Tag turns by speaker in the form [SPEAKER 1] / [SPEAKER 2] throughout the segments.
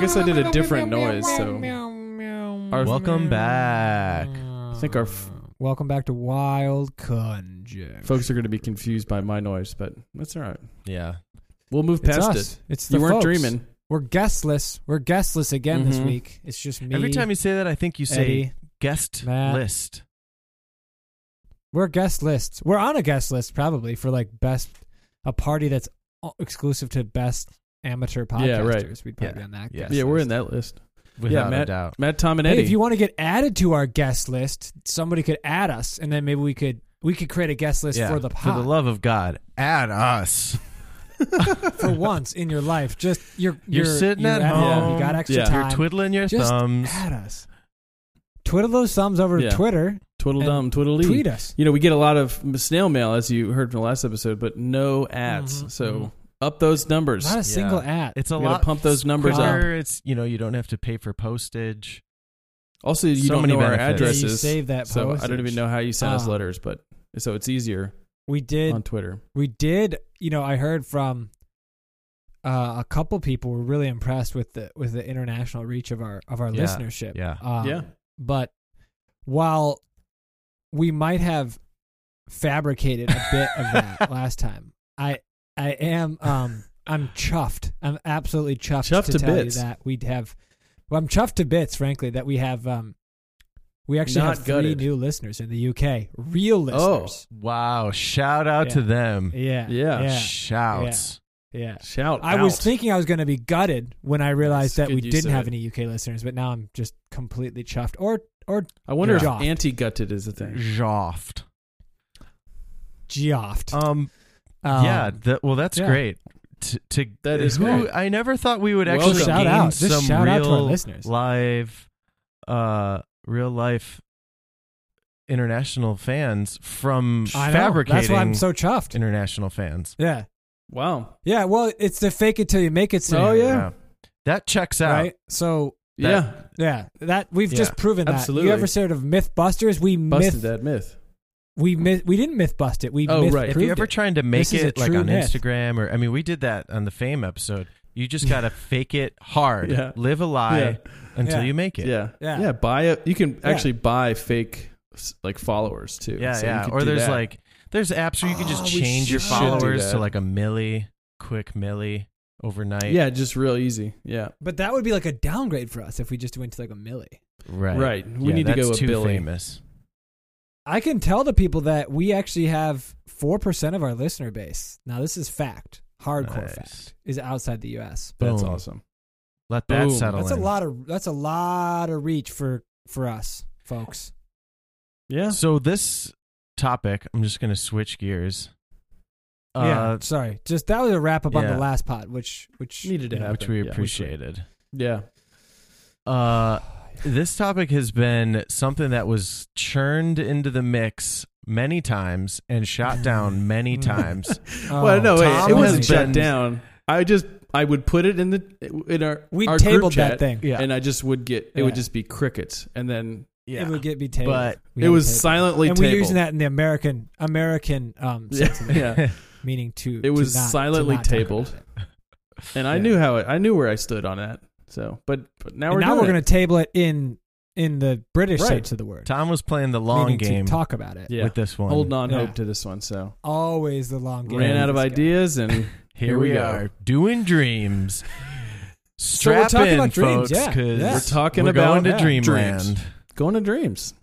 [SPEAKER 1] guess I did a different noise, so Our-
[SPEAKER 2] Welcome back.
[SPEAKER 1] I think our f-
[SPEAKER 3] Welcome back to Wild Conjecture.
[SPEAKER 1] folks are going to be confused by my noise, but that's all right.
[SPEAKER 2] Yeah.
[SPEAKER 1] We'll move
[SPEAKER 3] it's
[SPEAKER 1] past
[SPEAKER 3] us.
[SPEAKER 1] it.
[SPEAKER 3] It's the
[SPEAKER 1] You weren't
[SPEAKER 3] folks.
[SPEAKER 1] dreaming.
[SPEAKER 3] We're guestless. We're guestless again this
[SPEAKER 1] Mhm.
[SPEAKER 3] week. It's just me.
[SPEAKER 2] Every time you say that, I think you say
[SPEAKER 3] Eddie,
[SPEAKER 2] guest
[SPEAKER 3] Matt.
[SPEAKER 2] list.
[SPEAKER 3] we're guest lists. We're on a guest list probably for like best a party that's o- exclusive to best amateur podcasters.
[SPEAKER 1] Yeah, right.
[SPEAKER 3] We'd probably be on that.
[SPEAKER 2] Yeah.
[SPEAKER 3] guest
[SPEAKER 1] Yeah, we're in
[SPEAKER 3] list.
[SPEAKER 1] that list.
[SPEAKER 2] Without
[SPEAKER 1] Matt.
[SPEAKER 2] a doubt.
[SPEAKER 1] Matt, Tom, and
[SPEAKER 3] Hey,
[SPEAKER 1] Eddie.
[SPEAKER 3] if you want to get added to our guest list, somebody could add us, and then maybe we could we could create a guest list
[SPEAKER 2] Yeah.
[SPEAKER 3] for the pod.
[SPEAKER 2] love of God, add us.
[SPEAKER 3] for once in your life. Just you're
[SPEAKER 2] You're, sitting
[SPEAKER 3] you're
[SPEAKER 2] at home.
[SPEAKER 3] You got extra
[SPEAKER 1] Yeah.
[SPEAKER 3] time.
[SPEAKER 2] You're twiddling your
[SPEAKER 3] Just
[SPEAKER 2] thumbs.
[SPEAKER 3] at us. Twiddle those thumbs over
[SPEAKER 1] Yeah.
[SPEAKER 3] to Twitter.
[SPEAKER 1] twiddle dum, twiddle
[SPEAKER 3] Tweet us.
[SPEAKER 1] You know, we get a lot of snail mail, as you heard from the last episode, but no ads.
[SPEAKER 3] Mhm,
[SPEAKER 1] so
[SPEAKER 3] mhm.
[SPEAKER 1] up those numbers.
[SPEAKER 3] Not a single ad.
[SPEAKER 2] It's a
[SPEAKER 1] We gotta
[SPEAKER 2] lot.
[SPEAKER 1] pump those numbers
[SPEAKER 3] up.
[SPEAKER 2] quicker. It's you know you don't have to pay for postage.
[SPEAKER 1] Also, you
[SPEAKER 2] So
[SPEAKER 1] don't
[SPEAKER 2] many
[SPEAKER 1] know our
[SPEAKER 2] benefits. Yeah, you
[SPEAKER 1] addresses.
[SPEAKER 3] save that
[SPEAKER 1] so I don't
[SPEAKER 3] postage.
[SPEAKER 1] even know how you send us
[SPEAKER 3] Oh.
[SPEAKER 1] letters, but so it's easier
[SPEAKER 3] We
[SPEAKER 1] on
[SPEAKER 3] did.
[SPEAKER 1] Twitter.
[SPEAKER 3] We did. You know, I heard from uh, a couple people were really impressed with the with the international reach of our of our
[SPEAKER 2] Yeah,
[SPEAKER 3] listenership.
[SPEAKER 2] yeah.
[SPEAKER 3] Um,
[SPEAKER 1] Yeah.
[SPEAKER 3] But while we might have fabricated a bit of that last time, I I am um I'm chuffed. I'm absolutely chuffed,
[SPEAKER 1] Chuffed
[SPEAKER 3] to,
[SPEAKER 1] to
[SPEAKER 3] tell
[SPEAKER 1] bits.
[SPEAKER 3] you that we'd have. Well, I'm chuffed to bits, frankly, that we have um we actually
[SPEAKER 1] Not
[SPEAKER 3] have
[SPEAKER 1] gutted.
[SPEAKER 3] three new listeners in the UK, real
[SPEAKER 1] Oh.
[SPEAKER 3] listeners.
[SPEAKER 2] Wow! Shout out
[SPEAKER 3] Yeah.
[SPEAKER 2] to them.
[SPEAKER 3] Yeah.
[SPEAKER 1] Yeah.
[SPEAKER 3] Yeah.
[SPEAKER 2] Shouts.
[SPEAKER 3] Yeah.
[SPEAKER 1] Shout!
[SPEAKER 3] I was
[SPEAKER 1] out.
[SPEAKER 3] thinking I was going to be gutted when I realized
[SPEAKER 1] That's
[SPEAKER 3] that we
[SPEAKER 1] good use
[SPEAKER 3] didn't
[SPEAKER 1] of
[SPEAKER 3] have
[SPEAKER 1] it.
[SPEAKER 3] any UK listeners, but now I'm just completely chuffed. Or or
[SPEAKER 1] I wonder
[SPEAKER 3] Yeah.
[SPEAKER 1] if anti gutted is a
[SPEAKER 2] Mm-hmm.
[SPEAKER 1] thing.
[SPEAKER 2] Joft.
[SPEAKER 3] geoffed.
[SPEAKER 2] Um.
[SPEAKER 3] Um,
[SPEAKER 2] yeah. That, well, that's
[SPEAKER 3] yeah.
[SPEAKER 2] great. To, to uh,
[SPEAKER 1] That is
[SPEAKER 2] who
[SPEAKER 1] great.
[SPEAKER 2] I never thought we would
[SPEAKER 1] Welcome.
[SPEAKER 2] actually
[SPEAKER 1] Shout
[SPEAKER 2] gain
[SPEAKER 3] out. Just
[SPEAKER 2] some
[SPEAKER 3] shout out to
[SPEAKER 2] real
[SPEAKER 3] our listeners.
[SPEAKER 2] live, uh, real life international fans from
[SPEAKER 3] I know.
[SPEAKER 2] fabricating
[SPEAKER 3] That's why I'm so chuffed.
[SPEAKER 2] international fans.
[SPEAKER 3] Yeah.
[SPEAKER 1] Wow!
[SPEAKER 3] Yeah. Well, it's the fake it till you make it scenario.
[SPEAKER 1] Oh, yeah.
[SPEAKER 2] that checks out.
[SPEAKER 3] Right. So
[SPEAKER 1] yeah,
[SPEAKER 3] yeah, that we've just
[SPEAKER 2] Yeah.
[SPEAKER 3] proven that.
[SPEAKER 1] Absolutely.
[SPEAKER 3] You ever heard of MythBusters? We
[SPEAKER 1] busted
[SPEAKER 3] myth.
[SPEAKER 1] that myth.
[SPEAKER 3] We myth. We didn't myth bust it. We
[SPEAKER 1] Oh,
[SPEAKER 3] myth
[SPEAKER 1] right.
[SPEAKER 2] If
[SPEAKER 1] Proved
[SPEAKER 2] you're ever
[SPEAKER 3] it.
[SPEAKER 2] trying to make
[SPEAKER 3] This is a
[SPEAKER 2] it like
[SPEAKER 3] true
[SPEAKER 2] on
[SPEAKER 3] myth.
[SPEAKER 2] Instagram or I mean, we did that on the Fame episode. You just gotta fake it hard,
[SPEAKER 1] Yeah.
[SPEAKER 2] live a lie
[SPEAKER 1] Yeah.
[SPEAKER 2] until
[SPEAKER 3] Yeah.
[SPEAKER 2] you make it.
[SPEAKER 1] Yeah. yeah,
[SPEAKER 3] Yeah.
[SPEAKER 1] Buy it. You can
[SPEAKER 3] Yeah.
[SPEAKER 1] actually buy fake s- like followers too.
[SPEAKER 2] yeah,
[SPEAKER 1] So you
[SPEAKER 2] yeah.
[SPEAKER 1] could
[SPEAKER 2] Or
[SPEAKER 1] do
[SPEAKER 2] there's
[SPEAKER 1] that.
[SPEAKER 2] like there's apps where you can
[SPEAKER 1] Oh,
[SPEAKER 2] just
[SPEAKER 1] we
[SPEAKER 2] change your
[SPEAKER 1] should do
[SPEAKER 2] followers
[SPEAKER 1] that.
[SPEAKER 2] to like a milli, quick milli overnight.
[SPEAKER 1] yeah, just real easy. Yeah,
[SPEAKER 3] but that would be like a downgrade for us if we just went to like a milli.
[SPEAKER 2] right.
[SPEAKER 1] right. We
[SPEAKER 2] Yeah,
[SPEAKER 1] need to
[SPEAKER 2] that's
[SPEAKER 1] go with
[SPEAKER 2] too
[SPEAKER 1] Billy.
[SPEAKER 2] famous.
[SPEAKER 3] I can tell the people that we actually have four percent of our listener base. Now this is fact, hardcore
[SPEAKER 2] Nice.
[SPEAKER 3] fact, is outside the U.S.
[SPEAKER 1] That's
[SPEAKER 2] Boom.
[SPEAKER 1] awesome.
[SPEAKER 2] Let that
[SPEAKER 1] Boom.
[SPEAKER 2] settle
[SPEAKER 3] That's a
[SPEAKER 2] in.
[SPEAKER 3] lot of that's a lot of reach for for us folks.
[SPEAKER 1] Yeah.
[SPEAKER 2] So this topic, I'm just gonna switch gears.
[SPEAKER 3] yeah,
[SPEAKER 2] Uh,
[SPEAKER 3] sorry. Just that was a wrap up on the
[SPEAKER 2] yeah.
[SPEAKER 3] last pod, which which
[SPEAKER 1] Needed to happen.
[SPEAKER 2] which we
[SPEAKER 1] Yeah,
[SPEAKER 2] appreciated.
[SPEAKER 1] Yeah.
[SPEAKER 2] Uh, this topic has been something that was churned into the mix many times and shot down many times.
[SPEAKER 3] Oh,
[SPEAKER 1] well, no, wait,
[SPEAKER 2] Tom
[SPEAKER 1] it
[SPEAKER 2] has
[SPEAKER 1] wasn't shut
[SPEAKER 2] been-
[SPEAKER 1] down. I just I would put it in the in our
[SPEAKER 3] We
[SPEAKER 1] our group
[SPEAKER 3] tabled that
[SPEAKER 1] chat,
[SPEAKER 3] thing.
[SPEAKER 2] Yeah.
[SPEAKER 1] and I just would get it
[SPEAKER 3] Yeah.
[SPEAKER 1] would just be crickets, and then
[SPEAKER 2] yeah.
[SPEAKER 3] It would get be tabled.
[SPEAKER 2] But
[SPEAKER 3] We
[SPEAKER 1] it
[SPEAKER 3] had
[SPEAKER 1] was
[SPEAKER 3] tabled.
[SPEAKER 1] silently
[SPEAKER 3] and
[SPEAKER 1] tabled.
[SPEAKER 3] we're using that in the American American um
[SPEAKER 1] Yeah,
[SPEAKER 3] sense of it,
[SPEAKER 1] yeah.
[SPEAKER 3] meaning to
[SPEAKER 1] It was
[SPEAKER 3] to not- to
[SPEAKER 1] silently
[SPEAKER 3] not talk about
[SPEAKER 1] tabled.
[SPEAKER 3] it.
[SPEAKER 1] and I
[SPEAKER 3] Yeah.
[SPEAKER 1] knew how it. I knew where I stood on that. So, but, but now
[SPEAKER 3] And
[SPEAKER 1] we're
[SPEAKER 3] now we're
[SPEAKER 1] doing
[SPEAKER 3] gonna
[SPEAKER 1] it.
[SPEAKER 3] table it in in the British
[SPEAKER 1] Right.
[SPEAKER 3] sense of the word.
[SPEAKER 2] Tom was playing the long
[SPEAKER 3] meaning to
[SPEAKER 2] game
[SPEAKER 3] talk about it.
[SPEAKER 1] yeah.
[SPEAKER 2] with this one.
[SPEAKER 1] holding on
[SPEAKER 3] Yeah.
[SPEAKER 1] hope to this one. So
[SPEAKER 3] Always the long game.
[SPEAKER 1] ran out of
[SPEAKER 3] This guy.
[SPEAKER 1] ideas and
[SPEAKER 2] Here,
[SPEAKER 1] Here we
[SPEAKER 2] we,
[SPEAKER 1] go.
[SPEAKER 2] are doing dreams.
[SPEAKER 3] we're
[SPEAKER 2] Strap
[SPEAKER 3] talking
[SPEAKER 2] in,
[SPEAKER 3] about dreams,
[SPEAKER 2] folks,
[SPEAKER 3] yeah,
[SPEAKER 2] because
[SPEAKER 3] yeah.
[SPEAKER 1] We're talking about,
[SPEAKER 2] going to
[SPEAKER 1] yeah,
[SPEAKER 2] dreamland.
[SPEAKER 1] dreams. going to dreams.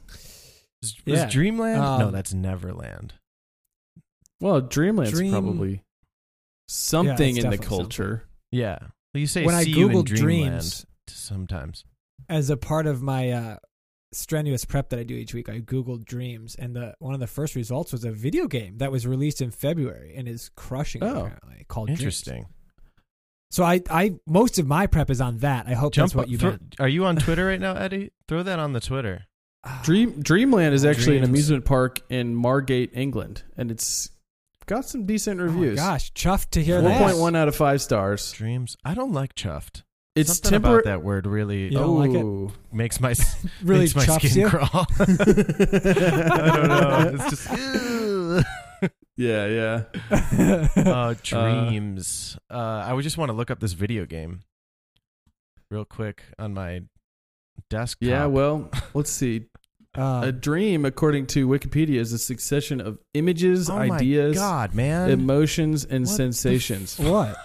[SPEAKER 2] Is, was
[SPEAKER 3] Yeah.
[SPEAKER 2] dreamland? no,
[SPEAKER 3] Um,
[SPEAKER 2] that's Neverland.
[SPEAKER 1] Well, dreamland's
[SPEAKER 3] Dream-
[SPEAKER 1] probably something in the
[SPEAKER 3] definitely
[SPEAKER 1] culture.
[SPEAKER 2] Yeah. Well, you say
[SPEAKER 3] When I
[SPEAKER 2] see you in
[SPEAKER 3] googled
[SPEAKER 2] dreamland
[SPEAKER 3] dreams
[SPEAKER 2] sometimes.
[SPEAKER 3] as a part of my uh, strenuous prep that I do each week, I googled dreams, and the one of the first results was a video game that was released in February and is crushing it
[SPEAKER 1] Oh.
[SPEAKER 3] apparently called Dreams.
[SPEAKER 2] Interesting.
[SPEAKER 3] So I, I most of my prep is on that. I hope that's what you
[SPEAKER 2] throw-
[SPEAKER 3] meant.
[SPEAKER 2] Are you on Twitter right now, Eddie? Throw that on the Twitter.
[SPEAKER 3] Ah,
[SPEAKER 1] Dream Dreamland
[SPEAKER 3] Oh,
[SPEAKER 1] is actually an
[SPEAKER 2] Dreams.
[SPEAKER 1] amusement park in Margate, England, and it's got some decent
[SPEAKER 3] Oh my
[SPEAKER 1] reviews.
[SPEAKER 3] gosh, chuffed to hear
[SPEAKER 1] Four
[SPEAKER 3] that.
[SPEAKER 1] point one out of five stars.
[SPEAKER 2] Dreams. I don't like chuffed.
[SPEAKER 1] It's
[SPEAKER 2] Something about
[SPEAKER 1] temporary.
[SPEAKER 2] that word really
[SPEAKER 3] You Yeah.
[SPEAKER 2] oh,
[SPEAKER 3] don't like it?
[SPEAKER 1] oh,
[SPEAKER 2] makes my
[SPEAKER 3] Really
[SPEAKER 2] makes my
[SPEAKER 3] chuffs
[SPEAKER 2] skin
[SPEAKER 3] you.
[SPEAKER 2] crawl. I don't know. It's just ew.
[SPEAKER 1] yeah, yeah.
[SPEAKER 2] uh, dreams. Uh, I would just want to look up this video game. real quick on my desktop.
[SPEAKER 1] Yeah, well, let's see.
[SPEAKER 3] Uh,
[SPEAKER 1] A dream, according to Wikipedia, is a succession of images,
[SPEAKER 2] oh my
[SPEAKER 1] ideas,
[SPEAKER 2] God, man.
[SPEAKER 1] emotions, and
[SPEAKER 2] What the
[SPEAKER 1] sensations.
[SPEAKER 3] what?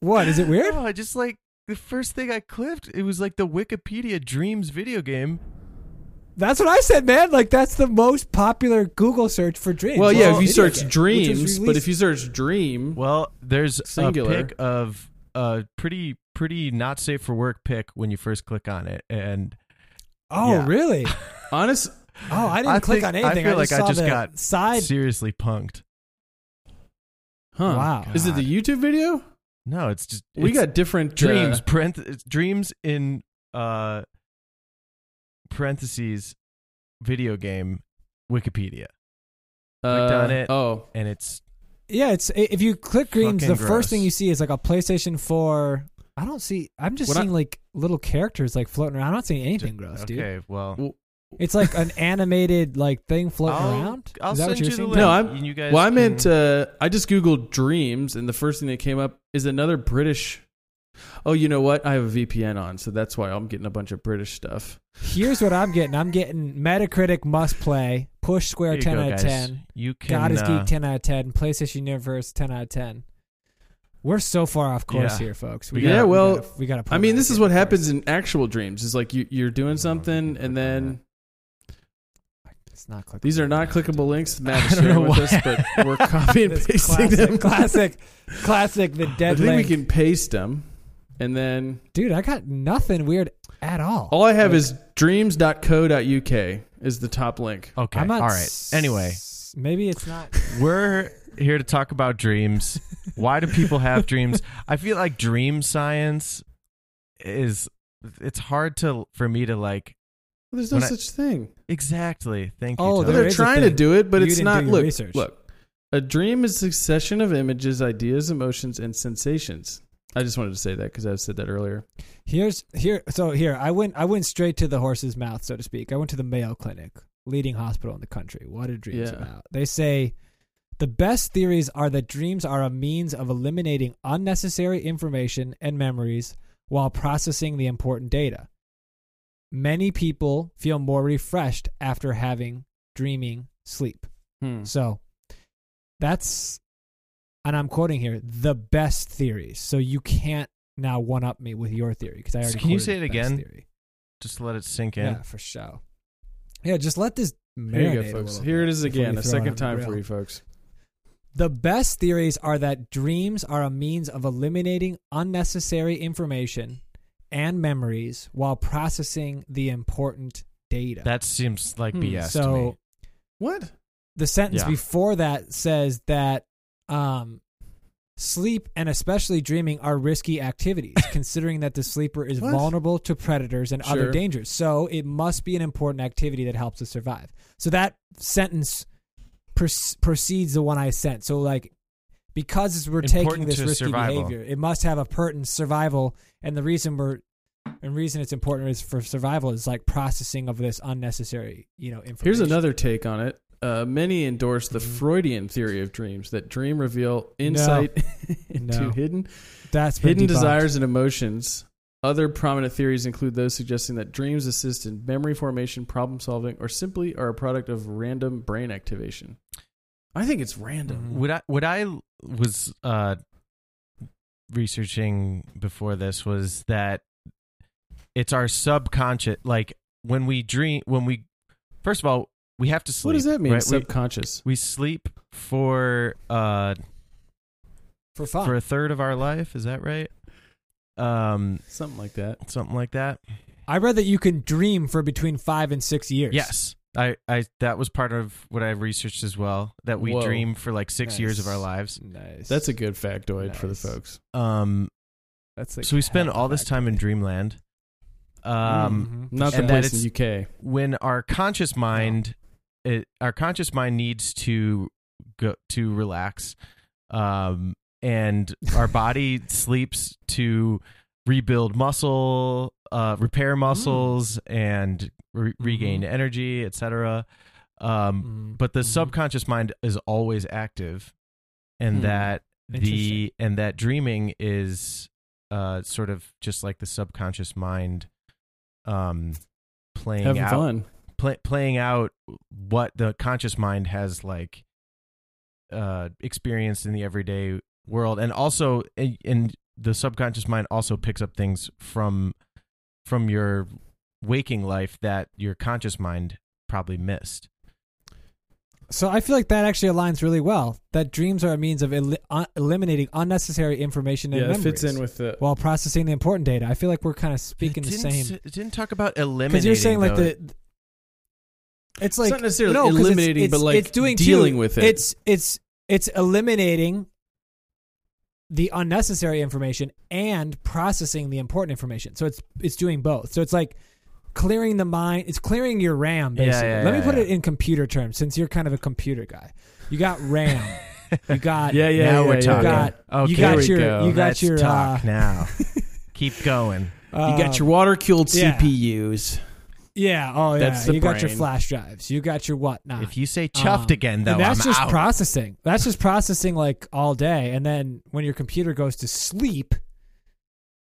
[SPEAKER 3] What is it weird?
[SPEAKER 2] No, Oh, I just like the first thing I clipped. It was like the Wikipedia Dreams video game.
[SPEAKER 3] That's what I said, man. Like that's the most popular Google search for dreams.
[SPEAKER 1] well, yeah,
[SPEAKER 3] Well,
[SPEAKER 1] if you
[SPEAKER 3] video
[SPEAKER 1] search
[SPEAKER 3] game, which was
[SPEAKER 1] dreams, but if
[SPEAKER 3] released-
[SPEAKER 1] you search dream,
[SPEAKER 2] Well, there's
[SPEAKER 1] Singular.
[SPEAKER 2] a pic of a pretty pretty not safe for work pic when you first click on it, and
[SPEAKER 3] oh
[SPEAKER 2] yeah.
[SPEAKER 3] really?
[SPEAKER 1] honest,
[SPEAKER 3] Oh, I didn't
[SPEAKER 2] I
[SPEAKER 3] click on
[SPEAKER 2] think- I
[SPEAKER 3] anything.
[SPEAKER 2] feel like I
[SPEAKER 3] saw
[SPEAKER 2] just
[SPEAKER 3] the
[SPEAKER 2] got
[SPEAKER 3] side.
[SPEAKER 2] seriously punked.
[SPEAKER 1] huh?
[SPEAKER 3] Wow.
[SPEAKER 1] Is it the YouTube video?
[SPEAKER 2] No, it's just
[SPEAKER 1] we
[SPEAKER 2] it's
[SPEAKER 1] got different
[SPEAKER 2] dreams.
[SPEAKER 1] uh,
[SPEAKER 2] parenth- it's dreams in uh parentheses video game Wikipedia, Clicked on
[SPEAKER 1] uh,
[SPEAKER 2] it.
[SPEAKER 1] Oh,
[SPEAKER 2] and it's
[SPEAKER 3] Yeah, it's i- if you click dreams, the
[SPEAKER 2] Fucking
[SPEAKER 3] first thing
[SPEAKER 2] gross.
[SPEAKER 3] you see is like a PlayStation Four. I don't see. I'm just
[SPEAKER 1] What I-
[SPEAKER 3] seeing like little characters like floating around. I'm not seeing anything gross, dude.
[SPEAKER 2] okay. Well,
[SPEAKER 3] It's like an animated like thing floating
[SPEAKER 2] I'll-
[SPEAKER 3] around.
[SPEAKER 2] I'll
[SPEAKER 3] Is that what
[SPEAKER 2] send
[SPEAKER 3] you're
[SPEAKER 2] you the
[SPEAKER 3] seeing?
[SPEAKER 2] link.
[SPEAKER 1] No, I'm-
[SPEAKER 2] and you guys.
[SPEAKER 1] well, I meant
[SPEAKER 2] can-
[SPEAKER 1] uh, I just googled dreams, and the first thing that came up is another British. Oh, you know what? I have a VPN on, so that's why I'm getting a bunch of British stuff.
[SPEAKER 3] Here's what I'm getting. I'm getting Metacritic must play, Push
[SPEAKER 2] There
[SPEAKER 3] Square
[SPEAKER 2] you
[SPEAKER 3] 10
[SPEAKER 2] go,
[SPEAKER 3] out of
[SPEAKER 2] guys.
[SPEAKER 3] 10,
[SPEAKER 2] You can.
[SPEAKER 3] God is
[SPEAKER 2] uh,
[SPEAKER 3] Geek 10 out of 10, PlayStation Universe 10 out of 10. We're so far off course
[SPEAKER 2] Yeah.
[SPEAKER 3] here, folks. We
[SPEAKER 1] Yeah,
[SPEAKER 3] gotta,
[SPEAKER 1] well,
[SPEAKER 3] we gotta, we gotta
[SPEAKER 1] I
[SPEAKER 3] pull
[SPEAKER 1] mean,
[SPEAKER 3] back
[SPEAKER 1] this is
[SPEAKER 3] here,
[SPEAKER 1] what
[SPEAKER 3] of course.
[SPEAKER 1] happens in actual dreams. It's like you, you're
[SPEAKER 2] Yeah,
[SPEAKER 1] doing
[SPEAKER 2] we
[SPEAKER 1] something, and
[SPEAKER 2] can click on
[SPEAKER 1] then
[SPEAKER 3] It's not clickable.
[SPEAKER 1] these are not clickable links.
[SPEAKER 2] I
[SPEAKER 1] Matt is
[SPEAKER 2] don't
[SPEAKER 1] sharing
[SPEAKER 2] know
[SPEAKER 1] with
[SPEAKER 2] why.
[SPEAKER 1] us, but we're copying and
[SPEAKER 3] This
[SPEAKER 1] pasting
[SPEAKER 3] classic,
[SPEAKER 1] them.
[SPEAKER 3] classic, classic. The
[SPEAKER 1] I
[SPEAKER 3] dead
[SPEAKER 1] think
[SPEAKER 3] link.
[SPEAKER 1] we can paste them, and then
[SPEAKER 3] Dude, I got nothing weird at all.
[SPEAKER 2] Oh,
[SPEAKER 1] all I have is dreams.co.uk is the top link.
[SPEAKER 2] Okay.
[SPEAKER 3] I'm not
[SPEAKER 2] all right.
[SPEAKER 3] s-
[SPEAKER 2] Anyway,
[SPEAKER 3] maybe it's not.
[SPEAKER 2] we're here to talk about dreams. Why do people have dreams? I feel like dream science is it's hard to for me to like
[SPEAKER 1] There's no
[SPEAKER 2] When I-
[SPEAKER 1] such thing.
[SPEAKER 2] exactly. Thank you.
[SPEAKER 3] Oh,
[SPEAKER 2] Todd.
[SPEAKER 1] Well,
[SPEAKER 3] There
[SPEAKER 1] they're
[SPEAKER 3] is a
[SPEAKER 1] trying to
[SPEAKER 3] thing.
[SPEAKER 1] do it, but
[SPEAKER 3] You
[SPEAKER 1] it's
[SPEAKER 3] didn't
[SPEAKER 1] not.
[SPEAKER 3] do your
[SPEAKER 1] look,
[SPEAKER 3] research.
[SPEAKER 1] look. A dream is a succession of images, ideas, emotions, and sensations. I just wanted to say that because I said that earlier.
[SPEAKER 3] Here's here. So here, I went. I went straight to the horse's mouth, so to speak. I went to the Mayo Clinic, leading hospital in the country. What are dreams
[SPEAKER 1] Yeah.
[SPEAKER 3] about? They say the best theories are that dreams are a means of eliminating unnecessary information and memories while processing the important data. Many people feel more refreshed after having dreaming sleep.
[SPEAKER 2] Mm-hmm.
[SPEAKER 3] So that's, and I'm quoting here, the best theories. So you can't now one up me with your theory because I
[SPEAKER 2] So
[SPEAKER 3] already.
[SPEAKER 2] can you
[SPEAKER 3] quoted
[SPEAKER 2] say it
[SPEAKER 3] the best
[SPEAKER 2] again?
[SPEAKER 3] Theory.
[SPEAKER 2] Just let it sink in.
[SPEAKER 3] Yeah, for show. Yeah, just let this
[SPEAKER 1] Here
[SPEAKER 3] marinate.
[SPEAKER 1] you go,
[SPEAKER 3] a
[SPEAKER 1] folks.
[SPEAKER 3] little
[SPEAKER 1] Here it
[SPEAKER 3] bit
[SPEAKER 1] is
[SPEAKER 3] before
[SPEAKER 1] again,
[SPEAKER 3] you
[SPEAKER 1] a
[SPEAKER 3] throw it on
[SPEAKER 1] second
[SPEAKER 3] the
[SPEAKER 1] time for
[SPEAKER 3] grill.
[SPEAKER 1] you folks.
[SPEAKER 3] The best theories are that dreams are a means of eliminating unnecessary information and memories while processing the important data.
[SPEAKER 2] That seems like
[SPEAKER 1] Hmm,
[SPEAKER 2] BS
[SPEAKER 3] so
[SPEAKER 2] to me.
[SPEAKER 1] What?
[SPEAKER 3] the sentence
[SPEAKER 2] Yeah.
[SPEAKER 3] before that says that um, sleep and especially dreaming are risky activities, considering that the sleeper is
[SPEAKER 1] What?
[SPEAKER 3] vulnerable to predators and other
[SPEAKER 1] Sure.
[SPEAKER 3] dangers. So it must be an important activity that helps us survive. So that sentence pres- precedes the one I sent. So like. Because we're taking
[SPEAKER 2] Important
[SPEAKER 3] this
[SPEAKER 2] to
[SPEAKER 3] risky
[SPEAKER 2] survival.
[SPEAKER 3] behavior, it must have a pertinent survival, and the reason we're and reason it's important is for survival is like processing of this unnecessary, you know, information.
[SPEAKER 1] Here's another take on it. Uh, many endorse the
[SPEAKER 3] Mhm.
[SPEAKER 1] Freudian theory of dreams that dream reveal insight into
[SPEAKER 3] No.
[SPEAKER 1] hidden
[SPEAKER 3] that's been
[SPEAKER 1] hidden
[SPEAKER 3] debunked.
[SPEAKER 1] desires and emotions. Other prominent theories include those suggesting that dreams assist in memory formation, problem solving, or simply are a product of random brain activation. I think it's random.
[SPEAKER 3] Mhm.
[SPEAKER 2] what I what I was uh, researching before this was that it's our subconscious. Like when we dream, when we first of all we have to sleep.
[SPEAKER 1] What does that mean?
[SPEAKER 2] right? We-
[SPEAKER 1] Subconscious.
[SPEAKER 2] we, sleep for uh
[SPEAKER 3] for
[SPEAKER 1] Ah.
[SPEAKER 3] fun.
[SPEAKER 2] for a third of our life. Is that right? Um,
[SPEAKER 1] Something like that.
[SPEAKER 2] something like that.
[SPEAKER 3] I read that you can dream for between five and six years.
[SPEAKER 2] Yes. I, I that was part of what I researched as well. That we
[SPEAKER 1] Whoa.
[SPEAKER 2] dream for like six years of our
[SPEAKER 3] Nice.
[SPEAKER 2] lives.
[SPEAKER 3] nice.
[SPEAKER 1] That's a good factoid for the
[SPEAKER 3] Nice.
[SPEAKER 1] folks.
[SPEAKER 2] Um,
[SPEAKER 3] That's
[SPEAKER 2] so we spend all this time in dreamland. Um,
[SPEAKER 3] Mm. Mm-hmm.
[SPEAKER 1] Not the
[SPEAKER 2] And that
[SPEAKER 1] place in UK.
[SPEAKER 2] when our conscious mind, it, our conscious mind needs to go to relax, um, and our body sleeps to rebuild muscle, uh, repair muscles, and re- regain energy, etc. Um,
[SPEAKER 3] Mm-hmm.
[SPEAKER 2] but
[SPEAKER 1] Mm-hmm.
[SPEAKER 2] the subconscious mind is always active and
[SPEAKER 1] Hmm.
[SPEAKER 2] that
[SPEAKER 3] Interesting.
[SPEAKER 2] the and that dreaming is uh, sort of just like the subconscious mind um, playing
[SPEAKER 1] Having
[SPEAKER 2] out
[SPEAKER 1] fun.
[SPEAKER 2] play, playing out what the conscious mind has like uh experienced in the everyday world and also and, and the subconscious mind also picks up things from from your waking life that your conscious mind probably missed
[SPEAKER 3] So I feel like that actually aligns really well. That dreams are a means of el- uh, eliminating unnecessary information and
[SPEAKER 1] Yeah, it
[SPEAKER 3] memories
[SPEAKER 1] fits in with the.
[SPEAKER 3] while processing the important data. I feel like we're kind of speaking the
[SPEAKER 2] It
[SPEAKER 3] same.
[SPEAKER 2] didn't s- it didn't talk about eliminating
[SPEAKER 3] because you're saying like
[SPEAKER 2] though.
[SPEAKER 3] the it's like
[SPEAKER 1] not necessarily
[SPEAKER 3] no, 'cause it's-
[SPEAKER 1] eliminating,
[SPEAKER 3] it's-
[SPEAKER 1] but, like,
[SPEAKER 3] it's doing
[SPEAKER 1] dealing
[SPEAKER 3] two.
[SPEAKER 1] with it.
[SPEAKER 3] It's it's it's eliminating the unnecessary information and processing the important information. So it's it's doing both. So it's like clearing the mind. It's clearing your RAM
[SPEAKER 2] Yeah, yeah,
[SPEAKER 3] basically. Let
[SPEAKER 2] yeah,
[SPEAKER 3] me put
[SPEAKER 2] yeah.
[SPEAKER 3] it in computer terms since you're kind of a computer guy. You got RAM. you got
[SPEAKER 1] yeah, yeah.
[SPEAKER 2] now
[SPEAKER 1] yeah,
[SPEAKER 2] we're
[SPEAKER 1] yeah,
[SPEAKER 2] talking
[SPEAKER 1] yeah.
[SPEAKER 2] okay
[SPEAKER 3] you got
[SPEAKER 1] we
[SPEAKER 3] your
[SPEAKER 1] go.
[SPEAKER 3] you got
[SPEAKER 2] let's
[SPEAKER 3] your
[SPEAKER 2] talk
[SPEAKER 3] uh,
[SPEAKER 2] now keep going
[SPEAKER 1] You
[SPEAKER 3] uh,
[SPEAKER 1] got your water cooled
[SPEAKER 3] yeah.
[SPEAKER 1] CPUs.
[SPEAKER 3] yeah oh yeah
[SPEAKER 1] That's the
[SPEAKER 3] you got your
[SPEAKER 1] brain.
[SPEAKER 3] flash drives you got your whatnot
[SPEAKER 2] if you say chuffed
[SPEAKER 3] Um,
[SPEAKER 2] again though
[SPEAKER 3] Ah. And that's
[SPEAKER 2] i'm
[SPEAKER 3] just
[SPEAKER 2] out
[SPEAKER 3] processing. That's just processing like all day, and then when your computer goes to sleep,